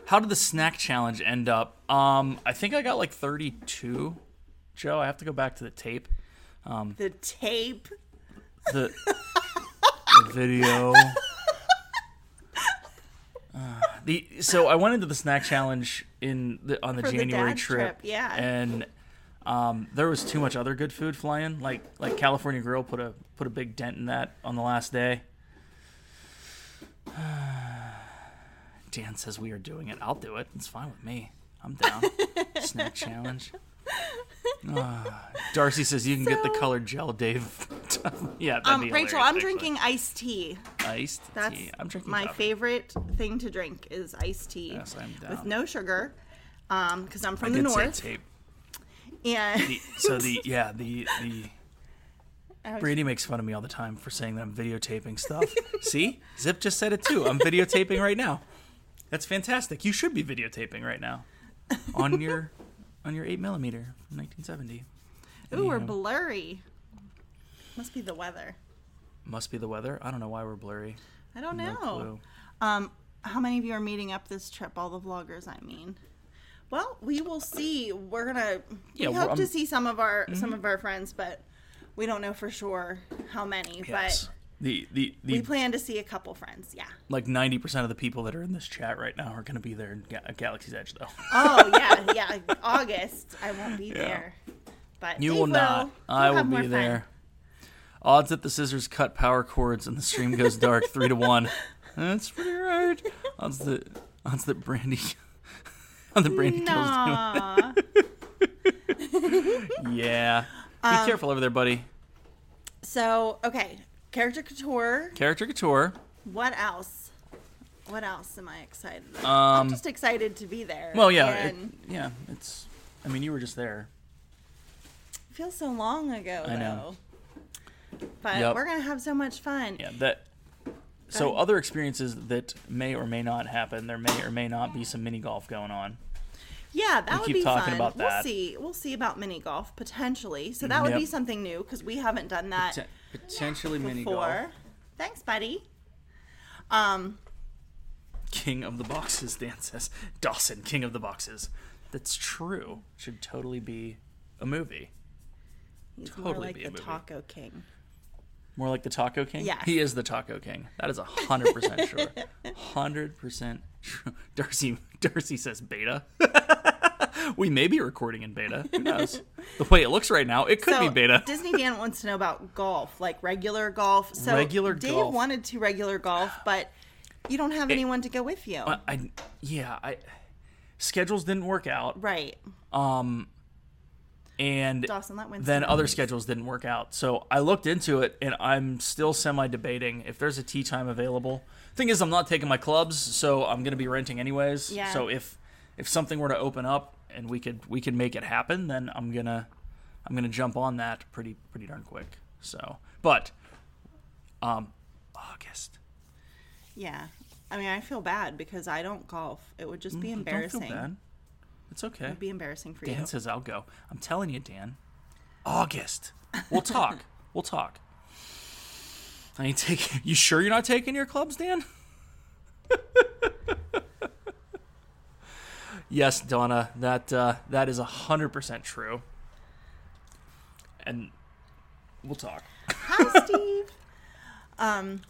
How did the snack challenge end up? Um, I think I got like 32. Joe, I have to go back to the tape. the tape. The, the video. Uh, the so I went into the snack challenge in the on the For the January dad trip, trip, yeah. and um, there was too much other good food flying. Like like California Grill put a put a big dent in that on the last day. Dan says we are doing it. I'll do it. It's fine with me. I'm down. Snack challenge. Ah, Darcy says you can get the So- colored gel, Dave. yeah, that'd Um, be Rachel, hilarious, I'm actually. drinking iced tea. iced That's tea. I'm drinking my coffee. favorite thing to drink is iced tea Yes, I'm with down. no sugar, because I'm I from the did say north. tape. And The- so the yeah the the I was- Brady makes fun of me all the time for saying that I'm videotaping stuff. See, Zip just said it too. I'm videotaping right now. That's fantastic. You should be videotaping right now on your on your eight millimeter from 1970. ooh, we're Yeah. blurry. Must be the weather. Must be the weather. I don't know why we're blurry. I don't No know. clue. Um, how many of you are meeting up this trip? All the vloggers, I mean. Well, we will see. We're gonna. Yeah, we we're- hope to I'm- Mm-hmm. see some of our some of our friends, but we don't know for sure how many. Yes. The the But we the plan to see a couple friends. Yeah. like 90% of the people that are in this chat right now are going to be there in Ga- Galaxy's Edge though. Oh yeah, yeah. August, I won't be there. But You Dave will not. We'll I will have be more fun. there. Odds that the scissors cut power cords and the stream goes dark three to one. That's pretty right. Odds that odds that Brandy odds that Brandy Nah. kills. Yeah. Be Um, careful over there, buddy. so okay, character couture. Character couture. What else? What else am I excited? About? I'm Um. just excited to be there. Well, yeah. it- and yeah. It's. I mean, you were just there. it feels so long ago I though. know. But Yep. we're gonna have so much fun. Yeah. That. So ahead. other experiences that may or may not happen. There may or may not be some mini golf going on. Yeah, that would keep be talking fun. about We'll that. Mm-hmm. see. We'll see about mini golf potentially. So that would Yep. be something new because we haven't done that. potentially mini golf. Uh, before. Thanks, buddy. Um, King of the Boxes, Dan says. Dawson, King of the Boxes. That's true. Should totally be a movie. he's more Totally like be a the movie. Taco King. More like the Taco King? Yes. He is the Taco King. That is 100% sure. 100% true. Darcy, Darcy says beta. we may be recording in beta. Who knows? the way it looks right now, it could So be beta. Disney Dan wants to know about golf, like regular golf. So Regular Dave golf. wanted to regular golf, but you don't have anyone to go with you. I yeah, I schedules didn't work out, right. and Dawson, that wins. then other schedules didn't work out. So I looked into it, and I'm still semi debating if there's a tea time available. Thing is, I'm not taking my clubs, so I'm gonna be renting anyways. Yeah. So if if something were to open up and we could we could make it happen, then I'm gonna I'm gonna jump on that pretty pretty darn quick. So, but um, August. Yeah. I mean, I feel bad because I don't golf. It would just be embarrassing. Mm, Don't feel bad. It's okay. It'd be embarrassing for Dan you. says I'll go. I'm telling you, Dan. August. We'll talk. we'll talk. I ain't taking. You sure you're not taking your clubs, Dan? yes, Donna. That uh, that is hundred percent true. And we'll talk. Hi, Steve. Um,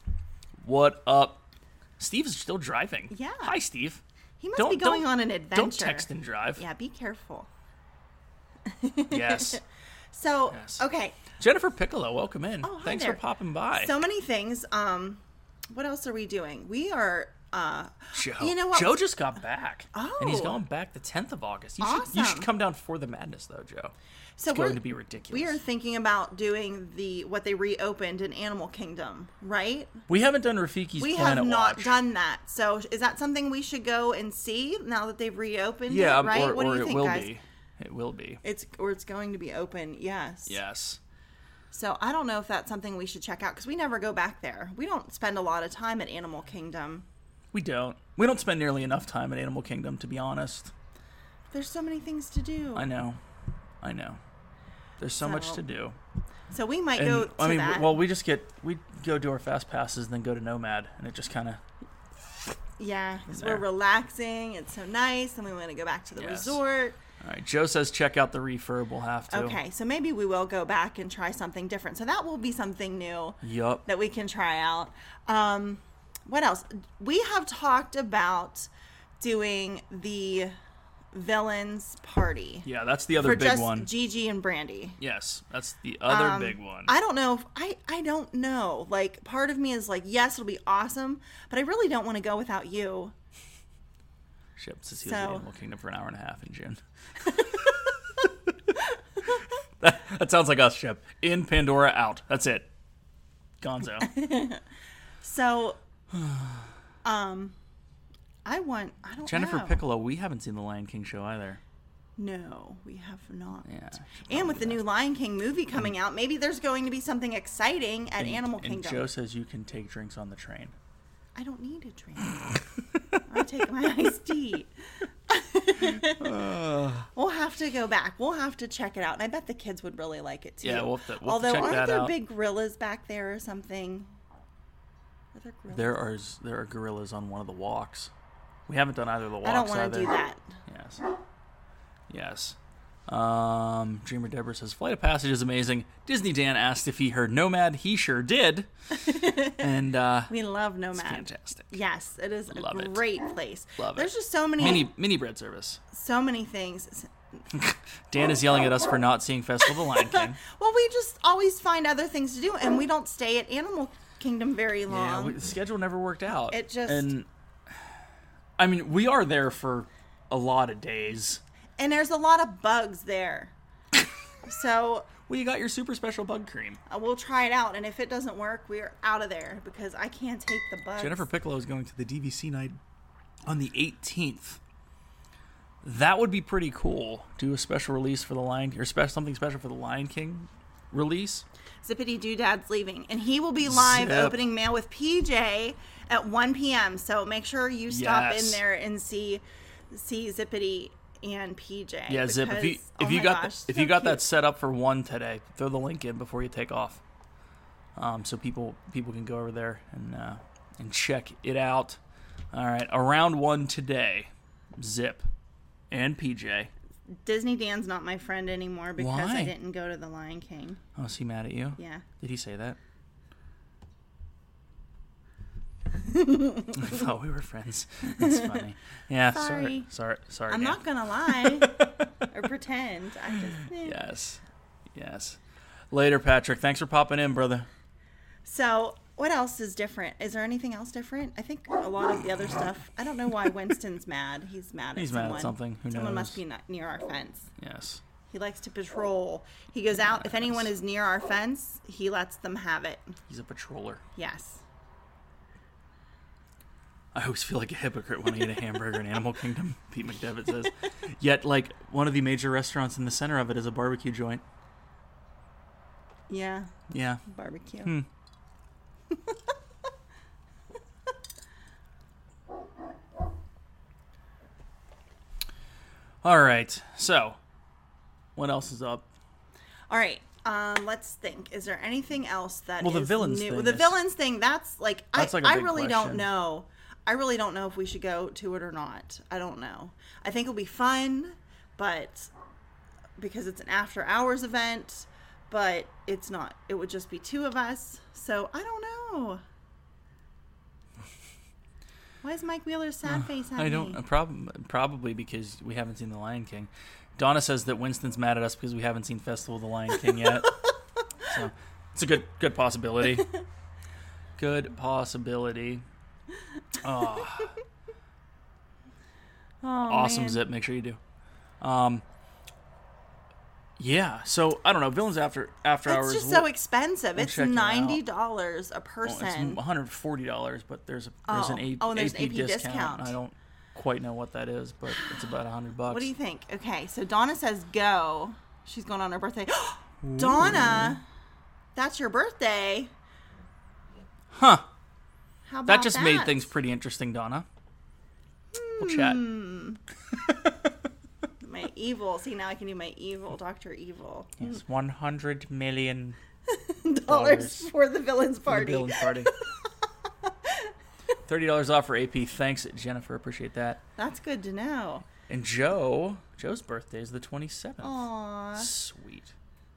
What up? Steve is still driving. Yeah. Hi, Steve. he must Don't- be going don't- on an adventure. Don't text and drive. Yeah, be careful. Yes. So, Yes. okay. Jennifer Piccolo, welcome in. Oh, hi Thanks there. for popping by. So many things. Um, what else are we doing? We are. Uh, Joe. You know what? Joe just got back. And he's Oh. going back the 10th of August. You, should, you should Awesome. come down for the madness, though, Joe. so It's we're going to be ridiculous. we are thinking about doing the what they reopened in Animal Kingdom, right? We haven't done Rafiki's We Planet have not Watch. done that. So, is that something we should go and see now that they've reopened? yeah, um, it, right. or, what or do you it think, will guys? be. It will be. It's or it's going to be open. Yes. Yes. So I don't know if that's something we should check out because we never go back there. We don't spend a lot of time at Animal Kingdom. We don't. We don't spend nearly enough time at Animal Kingdom, to be honest. There's so many things to do. I know. I know. There's so, much So- to do. So we might And go to I mean, that. well, we just get we go do our fast passes and then go to Nomad, and it just kind of yeah, because there. we're relaxing. It's so nice, and we want to go back to the Yes. resort. all right. Joe says check out the refurb. We'll have to. Okay, so maybe we will go back and try something different. So that will be something new Yup. that we can try out. Um, what else? We have talked about doing the villains party Yeah, that's the other for big just one. Gigi and Brandy. Yes, that's the other Um, big one. I don't know. If, I I don't know. Like part of me is like, yes, it'll be awesome, but I really don't want to go without you. Ships to see the so- Animal Kingdom for an hour and a half in June. that, that sounds like us, Ship. In Pandora, out. That's it. Gonzo. So, um, I want. I don't Jennifer know. Piccolo, we haven't seen the Lion King show either. No, we have not. Yeah. And with the new Lion King movie coming out, maybe there's going to be something exciting at Animal and Kingdom. Joe says you can take drinks on the train. I don't need a drink. I take my iced tea. we'll have to go back. We'll have to check it out, and I bet the kids would really like it too. Yeah, we'll have to- we'll have to Although, check aren't that there out. big gorillas back there or something? Are there gorillas? There are there are gorillas on one of the walks. We haven't done either of the walks I don't want either. to do that. Yes. Yes. Um, Dreamer Deborah says Flight of Passage is amazing. Disney Dan asked if he heard Nomad. He sure did. and uh, We love Nomad. fantastic. Yes, it is a Love it. great place. Love it. There's just so many, Mini mini bread service. so many things. Dan is yelling at us for not seeing Festival of the Lion King. Well, we just always find other things to do, and we don't stay at Animal Kingdom very yeah, long. we, the schedule never worked out. Um, It just- and I mean we are there for a lot of days. and there's a lot of bugs there. so Well, you got your super special bug cream. uh, we'll try it out, and if it doesn't work, we're out of there because I can't take the bugs. Jennifer Piccolo is going to the DVC night on the 18th. That would be pretty cool. Do a special release for the Lion or spe- something special for the Lion King release. Zippity Doo Dad's leaving, and he will be live Zip. opening mail with PJ at 1 p.m. So make sure you stop Yes. in there and see see Zippity and PJ. Yeah, Zip. If you because- if oh you my got gosh, the, if so you got cute. that set up for one today, throw the link in before you take off, um, so people people can go over there and uh, and check it out. All right, around one today, Zip and PJ. Disney Dan's not my friend anymore because Why? I didn't go to the Lion King. Oh, is he mad at you? Yeah. Did he say that? I thought we were friends. That's funny. Yeah, sorry. Sorry. Sorry. Sorry. I'm Nan. not gonna lie or pretend. I just eh. Yes. Yes. Later, Patrick. Thanks for popping in, brother. so. What else is different? Is there anything else different? I think a lot of the other stuff. I don't know why Winston's mad. He's mad at He's mad someone. at something. Who someone must knows? be not near our fence. Yes. He likes to patrol. He goes out. If anyone is near our fence, he lets them have it. He's a patroller. Yes. I always feel like a hypocrite when I eat a hamburger in Animal Kingdom, Pete McDevitt says. Yet, like, one of the major restaurants in the center of it is a barbecue joint. Yeah. Yeah. Barbecue. All right. So, what else is up? All right. Um, let's think. Is there anything else that Well, the is villains new? thing the is- villains thing. That's like That's I. like a I big really question. don't know. I really don't know if we should go to it or not. I don't know. I think it'll be fun, but because it's an after hours event, but it's not. It would just be two of us. So I don't know. Why is Mike Wheeler's sad face at I me? don't. uh, Prob- probably because we haven't seen The Lion King. Donna says that Winston's mad at us because we haven't seen Festival of the Lion King yet. so it's a good good possibility. Good possibility. Oh, Oh, awesome man. zip. Make sure you do. Um. Yeah. So I don't know. Villains after after hours. It's just so expensive. It's check it out. ninety dollars a well, it's person. one hundred forty dollars, but there's a there's Oh. an A- Oh, and there's AP, an AP discount. discount. I don't quite know what that is, but it's about hundred bucks. What do you think? Okay, so Donna says go. She's going on her birthday. Donna, that's your birthday. Huh. How about That just made things pretty interesting, Donna. We'll chat. Hmm. My evil. See, now I can do my evil, Doctor Evil. Yes, 100 million Dollars. Dollars for the villains for the party. Dylan party. $30 off for AP. Thanks, Jennifer. Appreciate that. That's good to know. And Joe, Joe's birthday is the 27th. Aw, Sweet.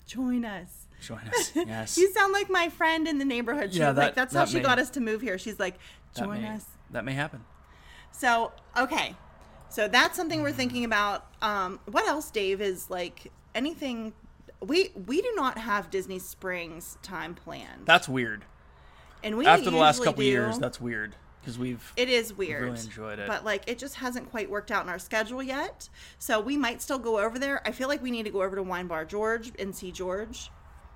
join us. Join us. Yes. You sound like my friend in the neighborhood. She Yeah, was that- like, that's how that she may- got us to move here. She's like, that, join may, us. that may happen. So, okay. So that's something we're thinking about. Um, what else, Dave, is like anything we we do not have Disney Springs time planned. That's weird. and we After the last usually couple do- years, that's weird. Because we've. it is weird. really enjoyed it. But like it just hasn't quite worked out in our schedule yet. So we might still go over there. I feel like we need to go over to Wine Bar George and see George,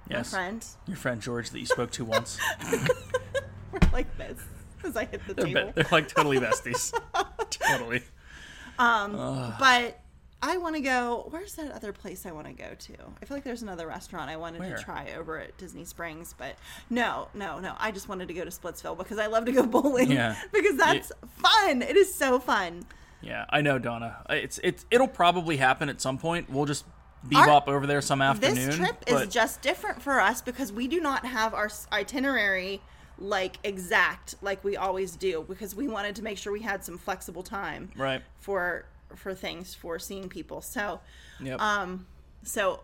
yes. my friend. Your friend George that you spoke to once. We're like this as I hit the they're, table. be- they're like totally besties. totally. But I want to go. Where's that other place I want to go to? I feel like there's another restaurant I wanted Where? to try over at Disney Springs, but no, no, no. I just wanted to go to Splitsville because I love to go bowling. Yeah. because that's fun. It is so fun. Yeah, I know, Donna. Uh, It's it's it'll probably happen at some point. We'll just bebop over there some afternoon. This trip is but just different for us because we do not have our s- itinerary like exact like we always do because we wanted to make sure we had some flexible time right. for for things for seeing people. So Yep, Um, so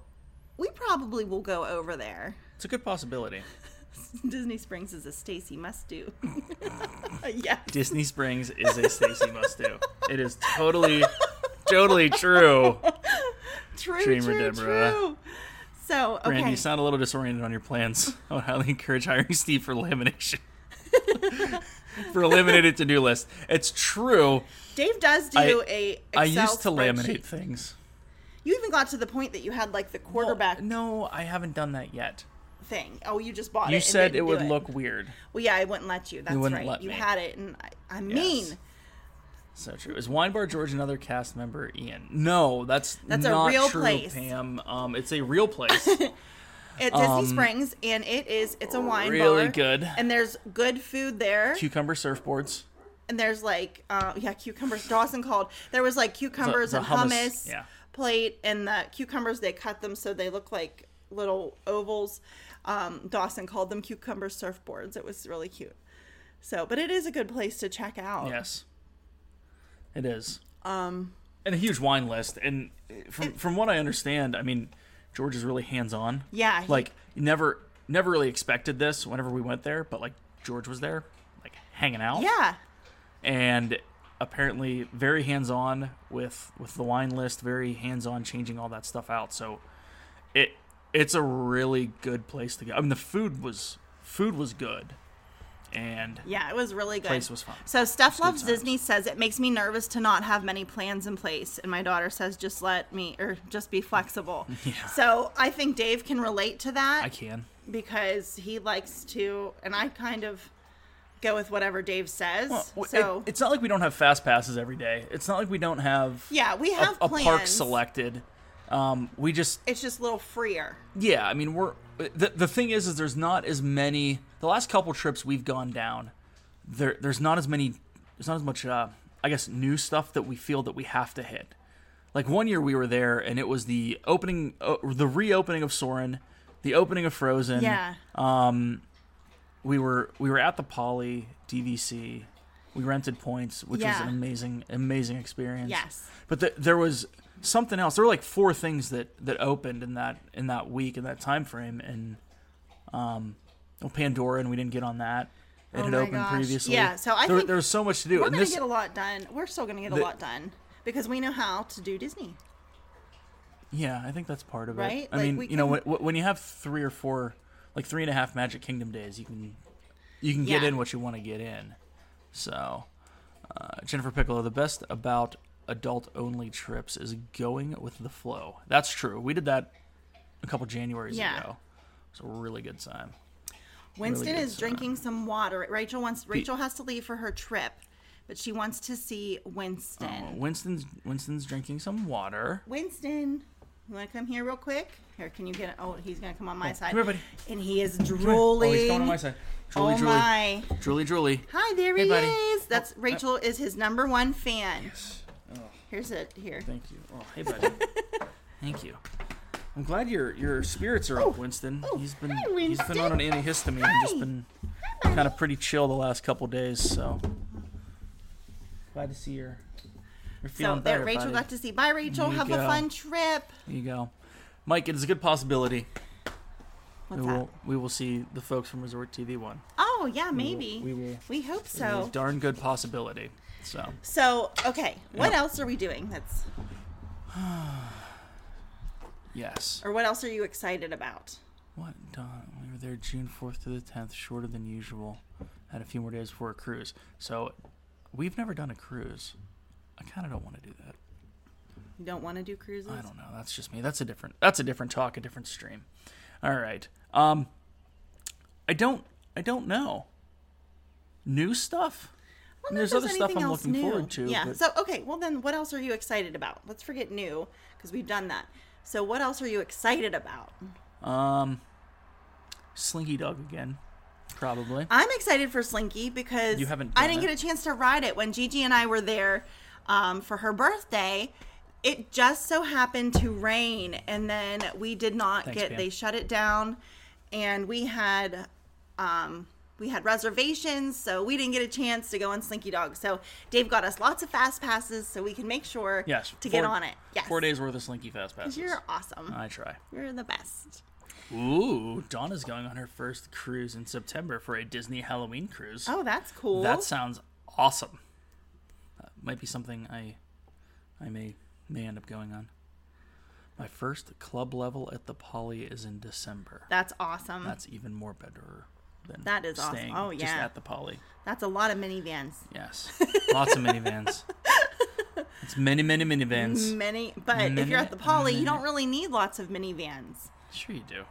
we probably will go over there. it's a good possibility. Disney Springs is a Stacy must do. yeah. Disney Springs is a Stacy must do. It is totally, totally true. True, Dreamer true, Deborah. true. So, okay. Randy, you sound a little disoriented on your plans. I would highly encourage hiring Steve for elimination. for eliminated to do list. It's true. Dave does do I- a I Excel used to laminate spreadsheet. things. You even got to the point that you had like the quarterback Well, no, I haven't done that yet. thing. Oh, you just bought it. You and said didn't it do would look weird. Well, yeah, I wouldn't let you. That's wouldn't right. let you me. had it, and I, I mean, So true. Is Wine Bar George another cast member, Ian? No, that's That's a not real true, place. Pam. Um, it's a real place. at Disney Springs, and it is it's a wine bar. Um, really good. And there's good food there. Cucumber surfboards. and there's like uh, yeah cucumbers dawson called there was like cucumbers the and hummus, hummus, yeah. plate and the cucumbers they cut them so they look like little ovals um, dawson called them cucumber surfboards it was really cute so but it is a good place to check out Yes, it is. Um, and a huge wine list. And eh, from from what I understand, I mean, George is really hands on. Yeah, he- Like never never really expected this whenever we went there, but like George was there, like hanging out. Yeah. and apparently very hands-on with with the wine list very hands-on changing all that stuff out so it it's a really good place to go i mean the food was food was good and Yeah, it was really good. Place was fun. So Steph loves times. Disney says it makes me nervous to not have many plans in place, and my daughter says just let me or just be flexible. Yeah. So I think Dave can relate to that i can because he likes to, and I kind of go with whatever Dave says. Well, Uh, it- so it's not like we don't have fast passes every day it's not like we don't have yeah, we a, have a plans. park selected um we just It's just a little freer. yeah i mean we're the, the thing is is there's not as many the last couple trips we've gone down there there's not as many there's not as much uh i guess new stuff that we feel that we have to hit like one year we were there and it was the opening uh, the reopening of soren the opening of frozen Yeah. uh, we were we were at the poly dvc we rented points which was Yeah. an amazing amazing experience Yes. but th there was something else there were like four things that that opened in that in that week in that time frame and um well, pandora and we didn't get on that it had Oh my opened gosh. previously Yeah, so I there, think there was so much to do We're and gonna this get a lot done. We're still gonna get a the- lot done because we know how to do Disney. yeah i think that's part of Right? it i Like, mean we you know when, can- when you have three or four like three and a half magic kingdom days you can you can get Yeah. in what you want to get in so uh, jennifer piccolo the best about adult only trips is going with the flow that's true we did that a couple januaries Yeah. ago it's a really good time Winston good is sign. drinking some water. Rachel wants Rachel has to leave for her trip, but she wants to see Well, Winston. Uh, Winston's Winston's drinking some water. Winston, you want to come here real quick? Here, can you get it? Oh, he's gonna come on my side. here, buddy. And he is Oh, drooling. he's going on my side. Julie, Oh Julie, my! Julie, Julie. Hi, there Hey, he buddy. Oh, uh, is. That's Rachel is his number one fan. Here's it. Here. Thank you. Oh, hey, buddy. Thank you. I'm glad your your spirits are up, Winston. oh, he's been hi, he's been on an antihistamine and Hi. just been Hi, kind buddy. of pretty chill the last couple days. So glad to see you're you're feeling So better, there, Rachel buddy. got to see. Bye, Rachel. you Have a go. fun trip. There you go, Mike. It is a good possibility we What's that? will we will see the folks from Resort TV one. Oh yeah, maybe. we will- We hope so. It is a darn good possibility. So So, okay, what Yeah. else are we doing? That's yes. or what else are you excited about? What Don? We were there June fourth to the tenth, shorter than usual. Had a few more days before a cruise. So we've never done a cruise. I kinda don't want to do that. You don't want to do cruises? I don't know. That's just me. That's a different that's a different talk, a different stream. Alright. Um I don't I don't know. New stuff? Well, And not there's if other stuff anything I'm else looking forward to, Yeah. but- So, okay, well then, what else are you excited about? Let's forget new because we've done that. So, what else are you excited about? Um Slinky Dog again. Probably. I'm excited for Slinky because You haven't I done didn't it. get a chance to ride it when Gigi and I were there um, for her birthday. It just so happened to rain, and then we did not Thanks, get. Pam. They shut it down, and we had um, we had reservations, so we didn't get a chance to go on Slinky Dog. So Dave got us lots of fast passes, so we can make sure Yes. to four- get on it. Yes, Four days Uh, worth of Slinky Fast Passes. You're awesome. I try. You're the best. Ooh, Donna's going on her first cruise in September for a Disney Halloween cruise. Oh, that's cool. That sounds awesome. Uh, might be something I, I may may end up going on. My first club level at the Poly is in December. that's awesome. That's, That's even more better than That is awesome. staying Oh, just yeah. at the Poly. a lot of minivans. Yes, lots of minivans. It's many, many minivans. Many, but if you're at the Many- poly, you don't really need lots of minivans. Sure you do.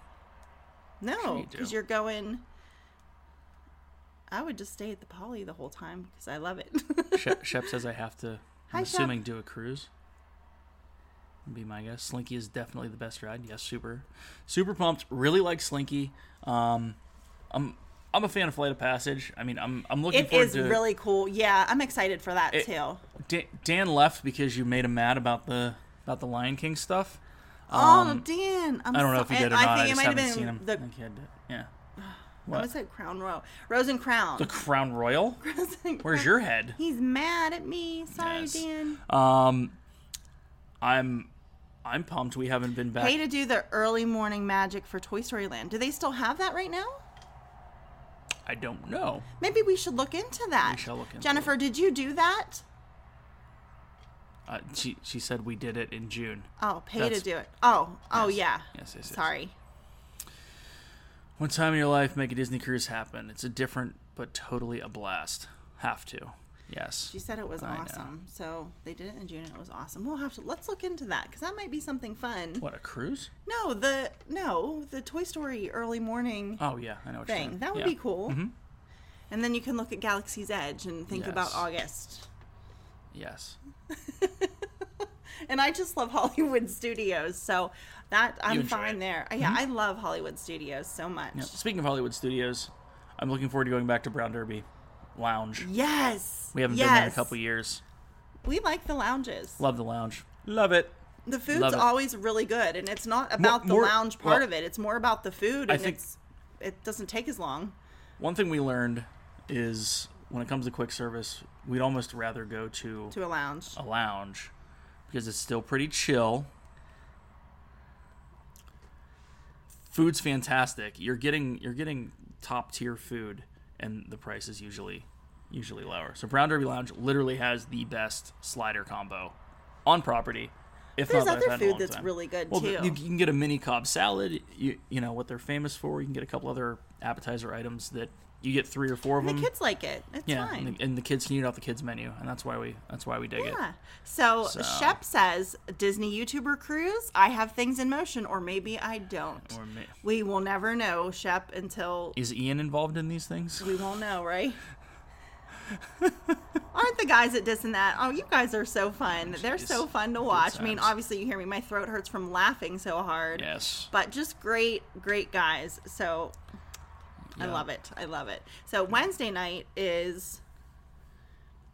No, you do. because you're going. I would just stay at the poly the whole time because I love it. Shep, Shep says I have to. I'm Hi, Shep. assuming do a cruise. Would Be my guess. Slinky is definitely the best ride. Yes, super, super pumped. Really like Slinky. Um, I'm I'm a fan of Flight of Passage. I mean, I'm I'm looking it forward is to. really cool. Yeah, I'm excited for that It- too. Da- Dan left because you made him mad about the about the Lion King stuff. oh, Dan! um, I'm I don't know so- if he did or I not. I, think it just might have haven't been seen him. the. I think he had to- yeah, I almost said Crown Royal, Rose and Crown. the Crown Royal. Rose and Where's Crown. your head? He's mad at me. Sorry, Yes. Dan. Um, I'm I'm pumped. We haven't been back. Pay to do the early morning magic for Toy Story Land. Do they still have that right now? I don't know. Maybe we should look into that. shall look into Jennifer, did you do that? Uh, she she said we did it in June. Oh, pay That's- to do it. Oh, oh yeah. Yes, yes, yes. Sorry. One time in your life, make a Disney cruise happen. It's a different but totally a blast. Have to. Yes. She said it was I know. awesome. So they did it in June and it was awesome. We'll have to let's look into that cuz that might be something fun. What a cruise? No, the no, the Toy Story early morning Oh yeah, I know. What thing. You're That would be cool. And then you can look at Galaxy's Edge and think about Yes. August. Yes. And I just love Hollywood Studios, so that I'm enjoy fine it. Mm-hmm. there. Yeah, I love Hollywood Studios so much. Yep. Speaking of Hollywood studios, I'm looking forward to going back to Brown Derby Lounge. Yes. We haven't yes. been there in a couple years. We like the lounges. Love the lounge. Love it. The food's Love it. always really good, and it's not about more- the lounge part well, of it. It's more about the food, and I think- it's it doesn't take as long. One thing we learned is when it comes to quick service, we'd almost rather go to to a lounge. a lounge because it's still pretty chill. Food's fantastic. You're getting you're getting top tier food, and the price is usually usually lower. So Brown Derby Lounge literally has the best slider combo on property. If There's not that I've other had in a food long that's time. really good, well, too. You, you can get a mini cob salad. You you know what they're famous for. You can get a couple other appetizer items that you get three or four of The them. kids like it. It's um, yeah, fine. and the, and the kids can eat off the kids menu, and that's why we that's why we dig it. yeah. So, So- Shep says Disney YouTuber cruise. I have things in motion, or maybe I don't. Or may- we will never know, Shep, until Is Ian involved in these things? we won't know, right? Aren't the guys at Dis and That? Oh, you guys are so fun. They're Jeez. so fun to watch. I mean, times. obviously, you hear me. My throat hurts from laughing so hard. Yes. but just great, great guys. So I Yeah. love it. I love it. So Wednesday night is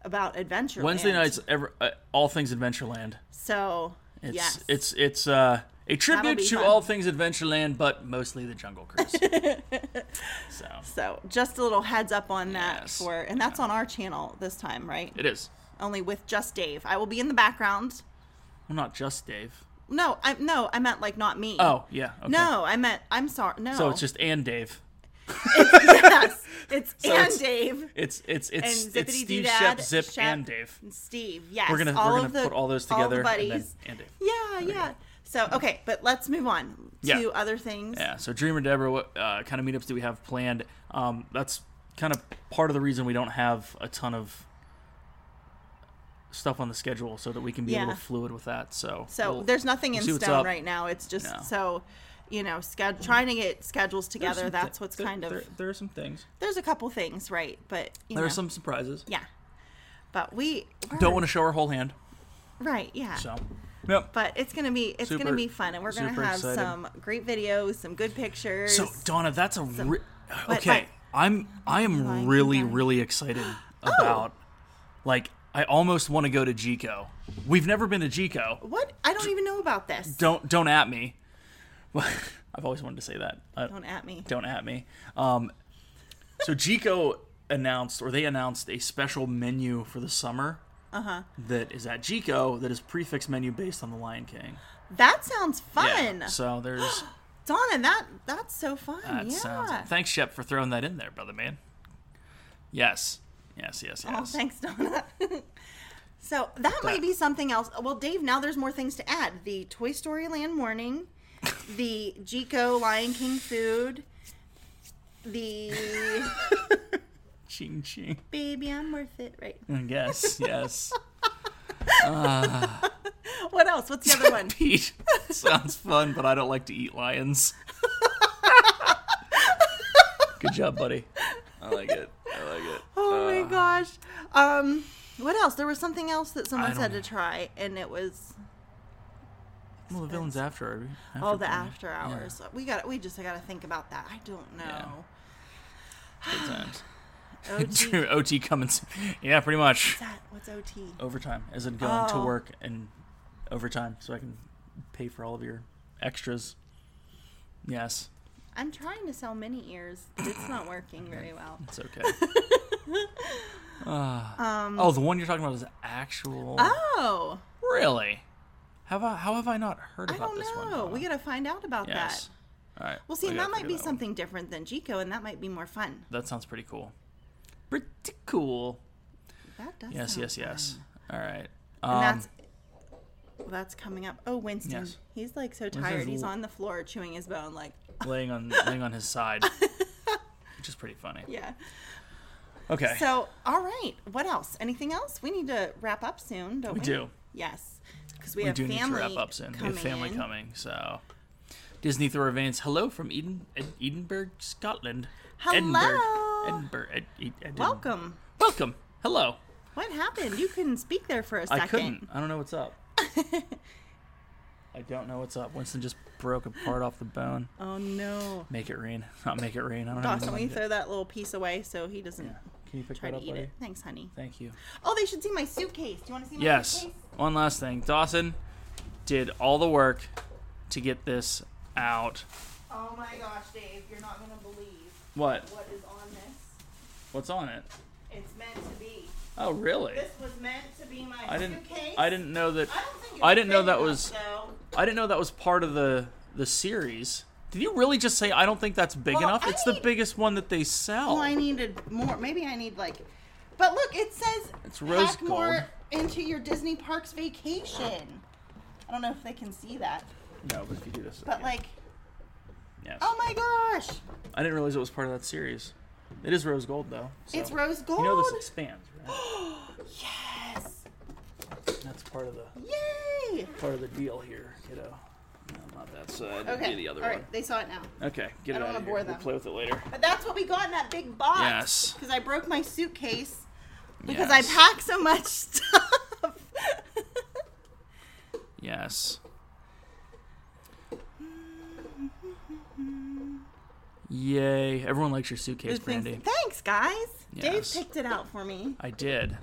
about adventure. Wednesday nights, ever, uh, all things Adventureland. So It's yes, it's it's uh, a tribute be to fun. all things Adventureland, but mostly the Jungle Cruise. so so just a little heads up on that Yes. for, and that's on our channel this time, right? it is. Only with just Dave. I will be in the background. Well, not just Dave. No, I no, I meant like not me. Oh yeah. Okay. No, I meant I'm sorry. No, So it's just and Dave. yes, it's and it's- Dave It's it's it's And it's zippity Steve doodad, Shep, Zip, Shep. and Dave. and Steve. Yes, We're gonna all we're gonna of the, put all those the together and then buddies. and Dave. Yeah, yeah. So okay, but let's move on to Yeah. other things. Yeah. So Dreamer Deborah, what uh, kind of meetups do we have planned? Um, that's kind of part of the reason we don't have a ton of stuff on the schedule, so that we can be a Yeah. little fluid with that. So So we'll- there's nothing we'll in see what's stone up. right now. It's just No. so you know, sched- trying to get schedules There's together. some That's thi- what's there- kind of There, there are some things. there's a couple things, right? But you There know, are some surprises. yeah. But we Don't want to show our whole hand. to right, yeah. So. Yep. But it's gonna be it's Super- gonna be fun, and we're gonna super have excited. some great videos, some good pictures. So Donna, that's a re- but- okay. I'm I Lion am really King. really excited Oh! about like I almost want to go to Jico. We've never been to Jico. what? I don't even know about this. don't don't at me. I've always wanted to say that. Uh, Don't at me. don't at me. Um, so Jico announced, or they announced, a special menu for the summer Uh-huh. that is at Jico that is prefix menu based on the Lion King. That sounds Yeah, fun, So there's Donna. That that's so fun. that yeah. sounds. Thanks, Shep, for throwing that in there, brother man. Yes, yes, yes, yes. Oh, thanks, Donna. so that, might be something else. Well, Dave, now there's more things to add. The Toy Story Land morning, the Jico Lion King food, the Ching ching. baby, I'm worth it. Right. Yes, yes. What else? What's the other one? Pete sounds fun, but I don't like to eat lions. Good job, buddy. I like it. I like it. Oh my gosh. Um, what else? There was something else that someone I said to don't- try, and it was Well, the villain's after every. After all the dinner. after hours. We got. We just got to think about that. I don't know. Good times. OT. True, OT coming. soon. Yeah, pretty much. That- What's OT? Overtime, as in going to Oh. work and overtime, so I can pay for all of your extras. Yes, I'm trying to sell mini ears, but it's not working very well. it's okay. Ah. oh, the one you're talking about is actual. Um, Oh, really? Have I, how have I not heard I about don't this one? know. Donna? We gotta find out about Yes. All right. Well, see, I and that gotta might figure be one. something different than Jico, and that might be more fun. That sounds pretty cool. Pretty cool. That does. Yes, sound yes, yes. fun. All right. And Um, that's that's coming up. Oh, Winston. Yes. He's like so tired. He's l- on the floor chewing his bone. Like, laying on laying on his side, which is pretty funny. yeah. Okay. So, all right. What else? Anything else? We need to wrap up soon, don't we? we do. Yes, because we, We have do need to family wrap up soon. We coming have family in. coming. So Disney Thor events. Hello from Eden, Ed, Edinburgh, Scotland. Hello. Edinburgh. Edinburgh. Ed, Ed, Edin- Welcome. Welcome. Hello. What happened? You couldn't speak there for a second. I couldn't. I don't know what's up. I don't know what's up. Winston just broke a part off the bone. Oh no. Make it rain. Not make it rain. I don't know. Doss, can we throw that little piece away so he doesn't Can you pick try that to up, eat buddy? it? Thanks, honey. Thank you. Oh, they should see my suitcase. Do you want to see my Yes. suitcase? One last thing. Dawson did all the work to get this out. Oh my gosh, Dave, you're not gonna believe What? what is on this. What's on it? It's meant to be. Oh, really? This was meant to be my I didn't. suitcase. I didn't know that. I don't think. It's I didn't know big that enough, was- Though. I didn't know that was part of the the series. Did you really just say I don't think that's big Well, enough? I it's the need- biggest one that they sell. Well, Oh, I needed more. Maybe I need like. But look, it says It's rose pack more gold. into your Disney parks vacation. I don't know if they can see that, no, but if you do this, but like, yes. oh my gosh, I didn't realize it was part of that series. It is rose gold though. so- it's rose gold. You know this expands, right? yes, That's part of the yay. part of the deal here, kiddo. No, not that side. Okay, Give me the other all right, one. they saw it now. Okay, get I it don't out wanna of here. bore We'll them. play with it later. But that's what we got in that big box. Yes. Because I broke my suitcase because Yes. I pack so much stuff. Yes. Yay! Everyone likes your suitcase, Brandy. Thanks, guys. Yes. Dave picked it out for me, I did.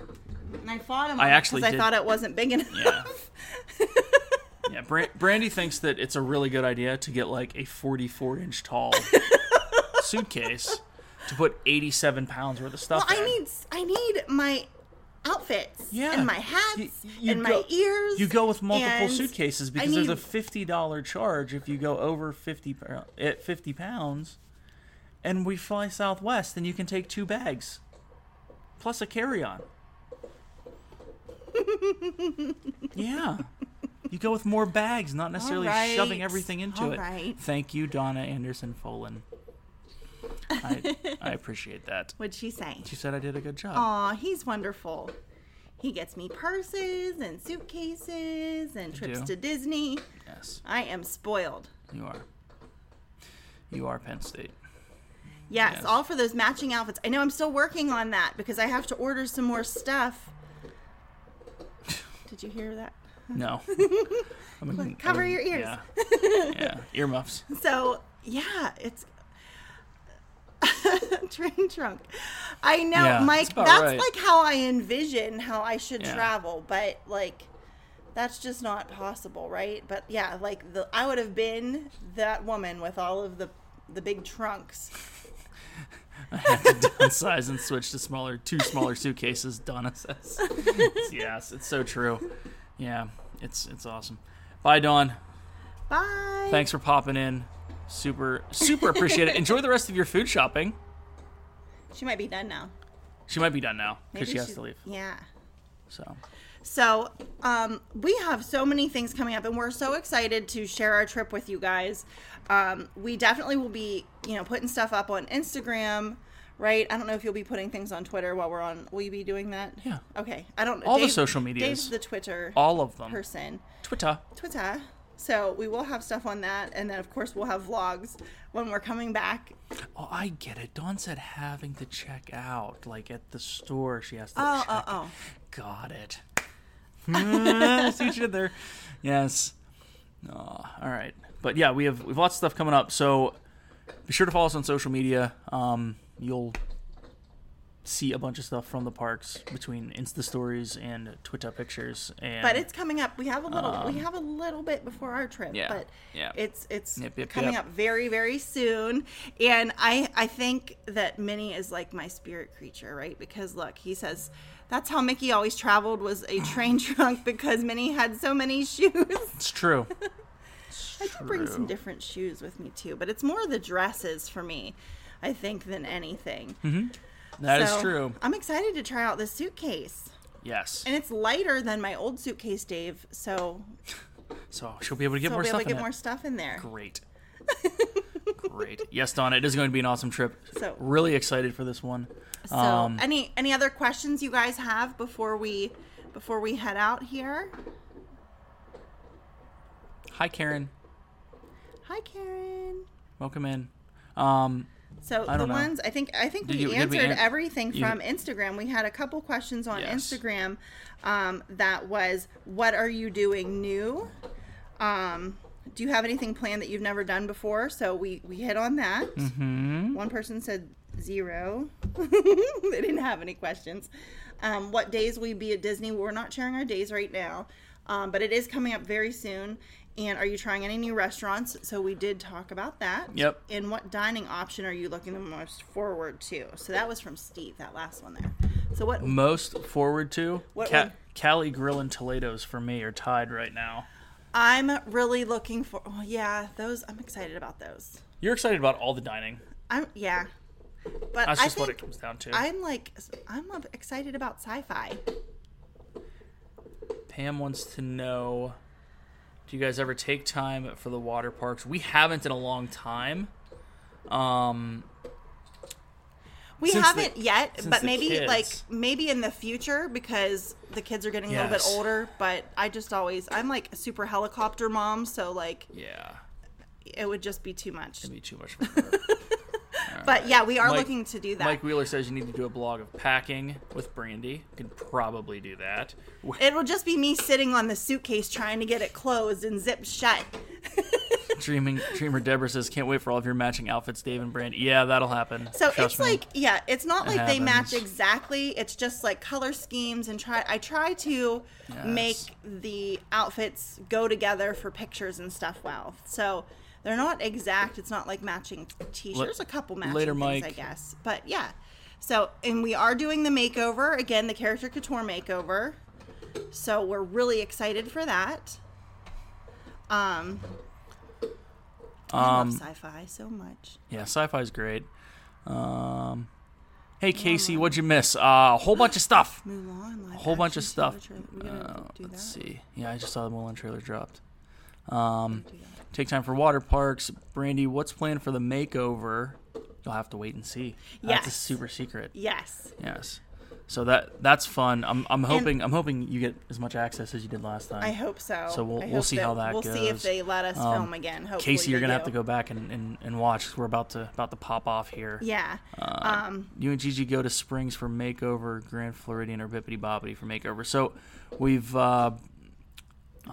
and I fought him. I on it actually 'cause I did- thought it wasn't big enough. Yeah. Yeah, Bra- Brandy thinks that it's a really good idea to get like a 44 inch tall suitcase to put 87 pounds worth of Well, stuff. I in. need I need my outfits Yeah. and my hats You- you and go- my ears. You go with multiple and suitcases I because there's a need- fifty dollar charge if you go over fifty pou- at fifty pounds, and we fly Southwest, and you can take two bags, plus a carry on. yeah, you go with more bags, not necessarily right. shoving everything into All it. right. Thank you, Donna Anderson Folan. I, I appreciate that. What'd she say? She said I did a good job. Aw, he's wonderful. He gets me purses and suitcases and trips do. to Disney. Yes, I am spoiled. you are. You are Penn State. Yes, Yes. all for those matching outfits. I know I'm still working on that because I have to order some more stuff. Did you hear that? No. I mean, cover I mean, your ears. Yeah. yeah. Earmuffs. So yeah, it's train trunk. I know, Yeah, Mike. that's about That's right. like how I envision how I should Yeah. travel, but like that's just not possible, right? But yeah, like the I would have been that woman with all of the the big trunks. Downsize and switch to smaller, two smaller suitcases, Donna says. It's- yes, it's so true. Yeah, it's it's awesome. Bye, Dawn. Bye. Thanks for popping in. Super, super appreciate it. Enjoy the rest of your food shopping. She might be done now. She might be done now because she Maybe has she's- to leave. Yeah. So, So, um, we have so many things coming up, and we're so excited to share our trip with you guys. Um, we definitely will be, you know, putting stuff up on Instagram, right? I don't know if you'll be putting things on Twitter while we're on. Will you be doing that? Yeah. Okay. I don't. All the social medias. Dave's the Twitter all of them. person. Twitter. Twitter. So we will have stuff on that, and then of course we'll have vlogs when we're coming back. Oh, I get it. Dawn said having to check out, like at the store, she has to Oh, check oh, oh. Got it. Hmm, See what you did there. Yes. Aw, all right. But yeah, we have we've lots of stuff coming up. So be sure to follow us on social media. Um, you'll see a bunch of stuff from the parks between Insta stories and Twitter pictures. And But it's coming up. We have a little. we have a little bit before our trip. Um, yeah, But yeah. It's it's Yep, yep, coming yep. up very very soon, and I I think that Minnie is like my spirit creature, right? Because look, he says. That's how Mickey always traveled was a train trunk because Minnie had so many shoes. it's true. It's That's I did bring some true. different shoes with me too, but it's more the dresses for me, I think, than anything. That is So, true. I'm excited to try out this suitcase. Yes. And it's lighter than my old suitcase, Dave, so So she'll be able to get so more I'll be stuff able to get in it. more stuff in there. Great. Great. Yes, Donna, it is going to be an awesome trip. So- really excited for this one. So any any other questions you guys have before we before we head out here? Hi, Karen. Hi Karen. Welcome in. Um, So I the don't know. ones I think I think we you- did answered we an- everything you- from Instagram. We had a couple questions on Yes. Instagram um, that was what are you doing new? Um, do you have anything planned that you've never done before? So we we hit on that. Mm-hmm. One person said zero. they didn't have any questions. Um, what days will you be at Disney? We're not sharing our days right now, um, but it is coming up very soon. And are you trying any new restaurants? So we did talk about that. Yep. And what dining option are you looking the most forward to? So that was from Steve, that last one there. So what? most forward to What one? Cali Grill and Toledo's for me are tied right now. I'm really looking for. Oh yeah, those. I'm excited about those. You're excited about all the dining. I'm yeah. But That's I just think what it comes down to. I'm like I'm excited about sci-fi. Pam wants to know do you guys ever take time for the water parks? We haven't in a long time. Um, We Since the- haven't yet, since but the maybe like kids. maybe in the future because the kids are getting a little bit Yes. older. But I just always I'm like a super helicopter mom, so like yeah, it would just be too much. it'd be too much for her. But yeah, we are Mike- looking to do that. Mike Wheeler says you need to do a blog of packing with Brandy. You can probably do that. W- It'll just be me sitting on the suitcase trying to get it closed and zipped shut. Dreaming Dreamer Deborah says, "Can't wait for all of your matching outfits, Dave and Brandy." Yeah, that'll happen. So Trust it's me. like yeah, it's not like they match happens. exactly. It's just like color schemes and try I try to make Yes. the outfits go together for pictures and stuff well. So they're not exact. It's not like matching t-shirts. Le- There's a couple matching later, things, Mike. I guess. But yeah. So and we are doing the makeover again, the character couture makeover. So we're really excited for that. Um, I Um, love sci-fi so much. yeah, sci-fi is great. Um, hey Casey, what'd you miss? Uh, a whole bunch of stuff. Mulan, live Whole bunch of action, see what stuff. trailer- we gotta Uh, do let's that. see. Yeah, I just saw the Mulan trailer dropped. Um, take time for water parks, Brandy. What's planned for the makeover? You'll have to wait and see. That's a Yes. super secret. Yes. Yes. So that that's fun. I'm I'm hoping I'm hoping you get as much access as you did last time. I hope so. So we'll- I we'll hope see how that We'll see if goes. Um, they let us film again. Hopefully Casey, you're they gonna have do. to go back and, and, and watch 'cause we're about to about to pop off here. Yeah. Uh, um, You and Gigi go to Springs for makeover, Grand Floridian or Bippity Boppity for makeover. So we've uh,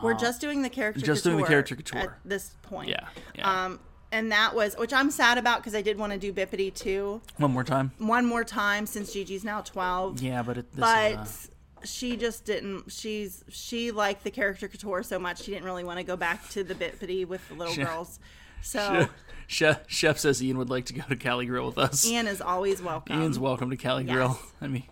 we're just doing the character just couture doing the character at couture. this point. yeah, yeah. Um, and that was which I'm sad about because I did want to do Bippity too one more time. one more time since Gigi's now 12. Yeah, but it, this but is, uh, she just didn't. She's she liked the character couture so much she didn't really want to go back to the Bippity with the little girls. So uh, Chef, Chef says Ian would like to go to Cali Grill with us. Ian um, is always welcome. Ian's welcome to Cali Grill. I mean,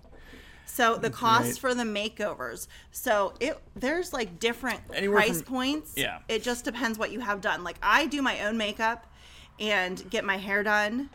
So the cost right. for the makeovers. So it there's like different Anywhere price from- points. yeah. It just depends what you have done. Like I do my own makeup and get my hair done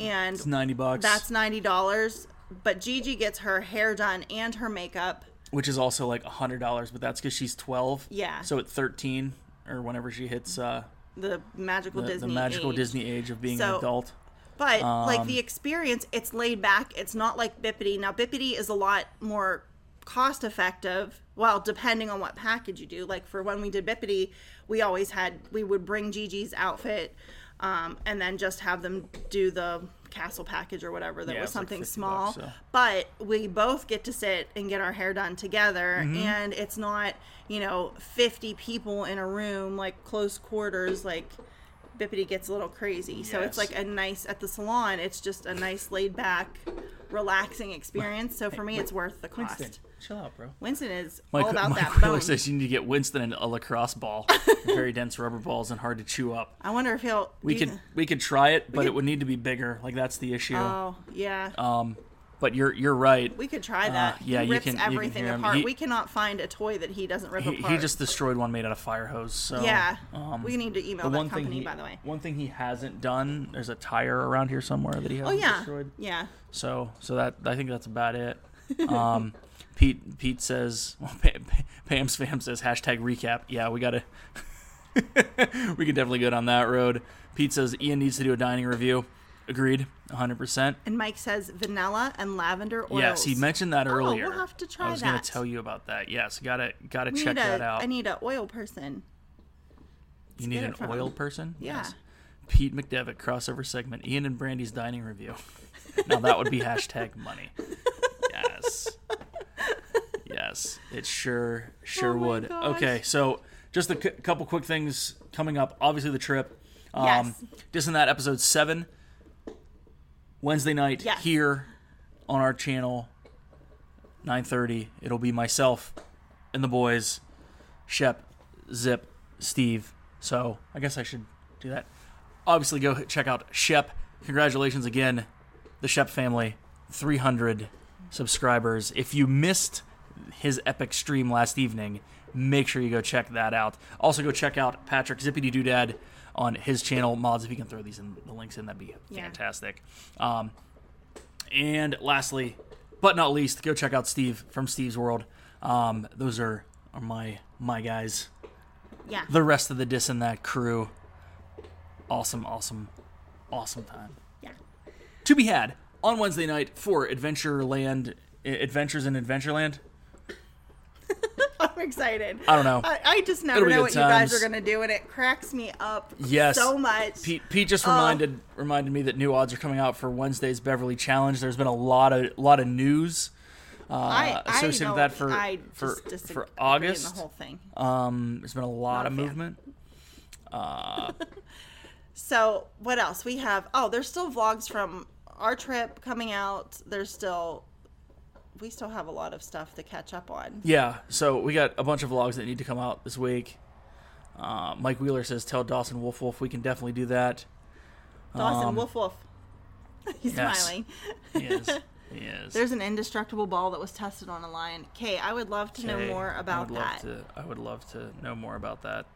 and it's ninety bucks. that's ninety dollars. But Gigi gets her hair done and her makeup. which is also like hundred dollars, but that's because she's twelve. Yeah. So at thirteen or whenever she hits uh, The magical the, the Disney. magical age. Disney age of being an So- adult. But like Um, the experience, it's laid back. It's not like Bippity. Now Bippity is a lot more cost effective. Well, depending on what package you do. Like for when we did Bippity, we always had we would bring Gigi's outfit, um, and then just have them do the castle package or whatever. That Yeah, it was was like something 50 small. bucks, so. But we both get to sit and get our hair done together, Mm-hmm. and it's not you know fifty people in a room like close quarters like. Bippity gets a little crazy. So it's Yes. like a nice at the salon. It's just a nice laid back, relaxing experience. So for me, it's worth the cost. Winston, chill out, bro. is Mike, all about Mike that Wheeler bone. says you need to get Winston and a lacrosse ball, very dense rubber balls and hard to chew up. I wonder if he'll. We do you- could we could try it, but it would need to be bigger. Like that's the issue. Oh yeah. um, But you're you're right. Oh. We could try that. uh, yeah, he you rips can- you can everything hear him. apart. He- we cannot find a toy that he doesn't rip He, apart. he just destroyed one made out of fire hose. So yeah. um, we need to email the that one company, thing he, by the way. one thing he hasn't done. There's a tire around here somewhere that he Oh hasn't yeah, destroyed. yeah. So so that I think that's about it. Um, Pete Pete says well, Pam, Pam Spam says hashtag recap. Yeah, we gotta we can definitely go down that road. Pete says Ian needs to do a dining review. Agreed, 100. percent And Mike says vanilla and lavender oils. Yes, he mentioned that earlier. Oh, we'll have to try I was gonna that. tell you about that. Yes, gotta gotta We check need a, that out. I need an oil person. you need get an it from oil him. person. Yeah. Yes. Pete McDevitt crossover segment. Ian and Brandy's dining review. now that would be hashtag money. Yes. Yes, it sure sure Oh my would. gosh. Okay, so just a c- couple quick things coming up. Obviously the trip. Um, Yes. Just in that episode seven, Wednesday night Yes. here on our channel, nine thirty. It'll be myself and the boys, Shep, Zip, Steve. So I guess I should do that. Obviously, go check out Shep. Congratulations again, the Shep family, three hundred subscribers. If you missed his epic stream last evening, make sure you go check that out. Also, go check out Patrick Zippity Doodad on his channel. Mods, if you can throw these in the links in, that'd be Yeah. fantastic. Um, and lastly, but not least, go check out Steve from Steve's World. Um, those are, are my my guys. Yeah. The rest of the Dis and That crew. Awesome, awesome, awesome time yeah. to be had on Wednesday night for Adventureland, I- Adventures in Adventureland. I'm excited. I don't know. I, I just It'll never be know good what you guys times. are gonna do, and it cracks me up Yes, so much. Pete, Pete Oh. just reminded reminded me that new odds are coming out for Wednesday's Beverly Challenge. There's been a lot of lot of news I, I uh, associated with don't- that for- I for- just disagree for in August. The whole thing. Um, there's been a lot Not a of fan. movement. So what else we have? Oh, there's still vlogs from our trip coming out. There's still, we still have a lot of stuff to catch up on. Yeah, so we got a bunch of vlogs that need to come out this week. Uh, Mike Wheeler says, "Tell Dawson Wolf Wolf we can definitely do that." Dawson, woof woof. He's Um, yes. smiling. He is. he is. There's an indestructible ball that was tested on a lion. Kay, I would love to know Okay, more about I would that. Love to, I would love to know more about that.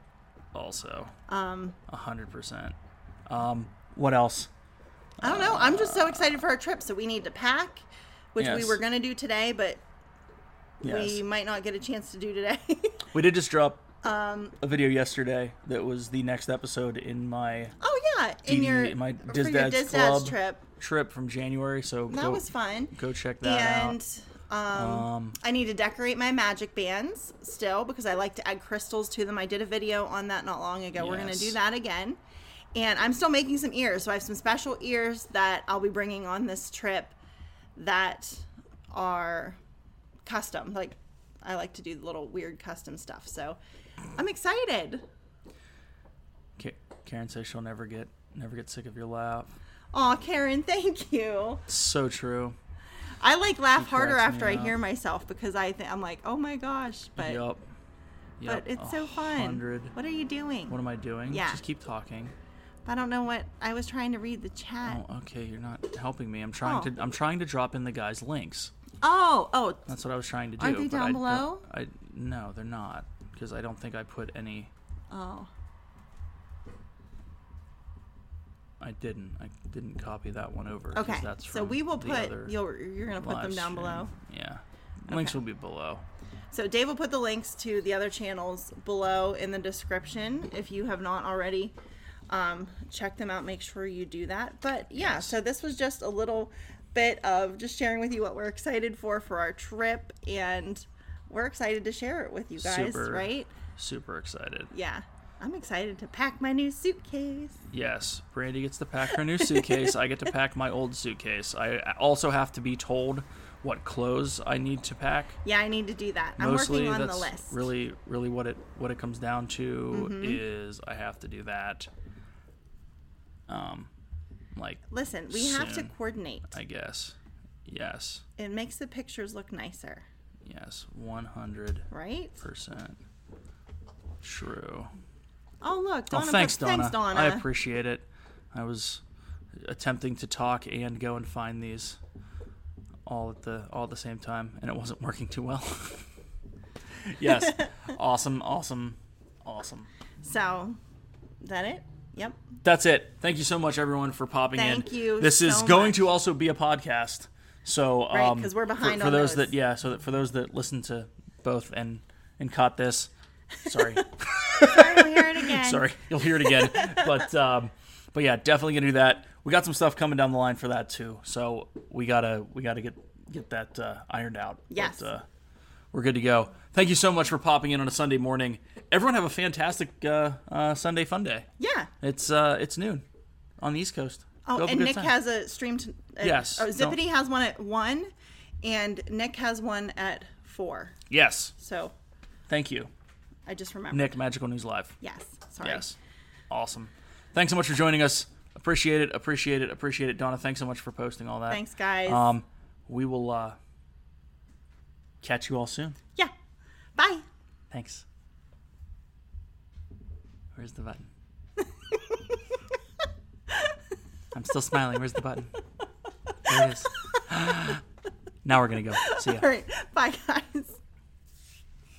Also, Um, a hundred percent. Um, what else? I don't know. I'm just so excited for our trip. So we need to pack, which we Yes. were gonna do today, but we Yes. might not get a chance to do today. We did just drop Um, a video yesterday that was the next episode in my oh yeah, in DD your in my for Diz your Dad's Diz Dad's Club. trip. trip from January. So That go, was fun. go check that and out. um, Um, I need to decorate my magic bands still because I like to add crystals to them. I did a video on that not long ago. We're going to Yes. do that again. And I'm still making some ears. So I have some special ears that I'll be bringing on this trip that are custom. Like, I like to do little weird custom stuff. So I'm excited. Ka- Karen says she'll never get never get sick of your laugh. Aw, Karen, thank you. So true. I like laugh harder cracks me after I up. hear myself because I think I'm like, oh my gosh, but Yup. Yup. but it's so A fun. Hundred. What are you doing? What am I doing? Yeah. Just keep talking. I don't know what I was trying to read the chat. Oh, okay. You're not helping me. I'm trying Oh. to. I'm trying to drop in the guys' links. Oh, oh, That's what I was trying to do. Aren't they but I down don't- below? I no, they're not because I don't think I put any. oh. I didn't. I didn't copy that one over. 'cause Okay. That's so from we will the put other you'll, you're gonna put them live down stream. below. Yeah. Links will be below. So Dave will put the links to the other channels below in the description if you have not already. Um, check them out. Make sure you do that. But yeah, so this was just a little bit of just sharing with you what we're excited for for our trip, and we're excited to share it with you guys, Super. right? Super excited. Yeah, I'm excited to pack my new suitcase. Yes, Brandy gets to pack her new suitcase. I get to pack my old suitcase. I also have to be told what clothes I need to pack. Yeah, I need to do that. I'm Mostly, working on that's the list. Mm-hmm. really, really what it what it comes down to is I have to do that. Um, like Listen, we have to soon. coordinate. I guess, yes, It makes the pictures look nicer, yes, one hundred right? percent true. Oh, look, Oh, Donna. thanks, put- Donna. Thanks, Donna. I appreciate it. I was attempting to talk and go and find these all at the all at the same time, and it wasn't working too well. yes, awesome, awesome, awesome. So, that it? Yep. That's it. Thank you so much, everyone, for popping in. Thank you This is so going much. to also be a podcast, so um, 'cause we're for- behind for, on those, those. that yeah. So that for those that listened to both and and caught this, sorry, We'll hear it again. sorry, you'll hear it again. but um, but yeah, definitely gonna do that. We got some stuff coming down the line for that too, so we gotta we gotta get get that uh, ironed out. Yes. But, uh, we're good to go. Thank you so much for popping in on a Sunday morning. Everyone have a fantastic uh, uh, Sunday fun day. Yeah. It's uh, it's noon on the East Coast. Oh, Go have a and good Nick time. has a stream. To, uh, Yes, Oh, no. Zippity has one at one, and Nick has one at four. yes. So Thank you, I just remembered. Nick. Magical News Live. Yes. Sorry. Yes. Awesome. Thanks so much for joining us. Appreciate it. Appreciate it. Appreciate it. Donna, thanks so much for posting all that. Thanks, guys. Um, we will uh, catch you all soon. yeah. Bye. Thanks. Where's the button? I'm still smiling. Where's the button? There it is. now we're gonna go. See ya. All right. Bye, guys.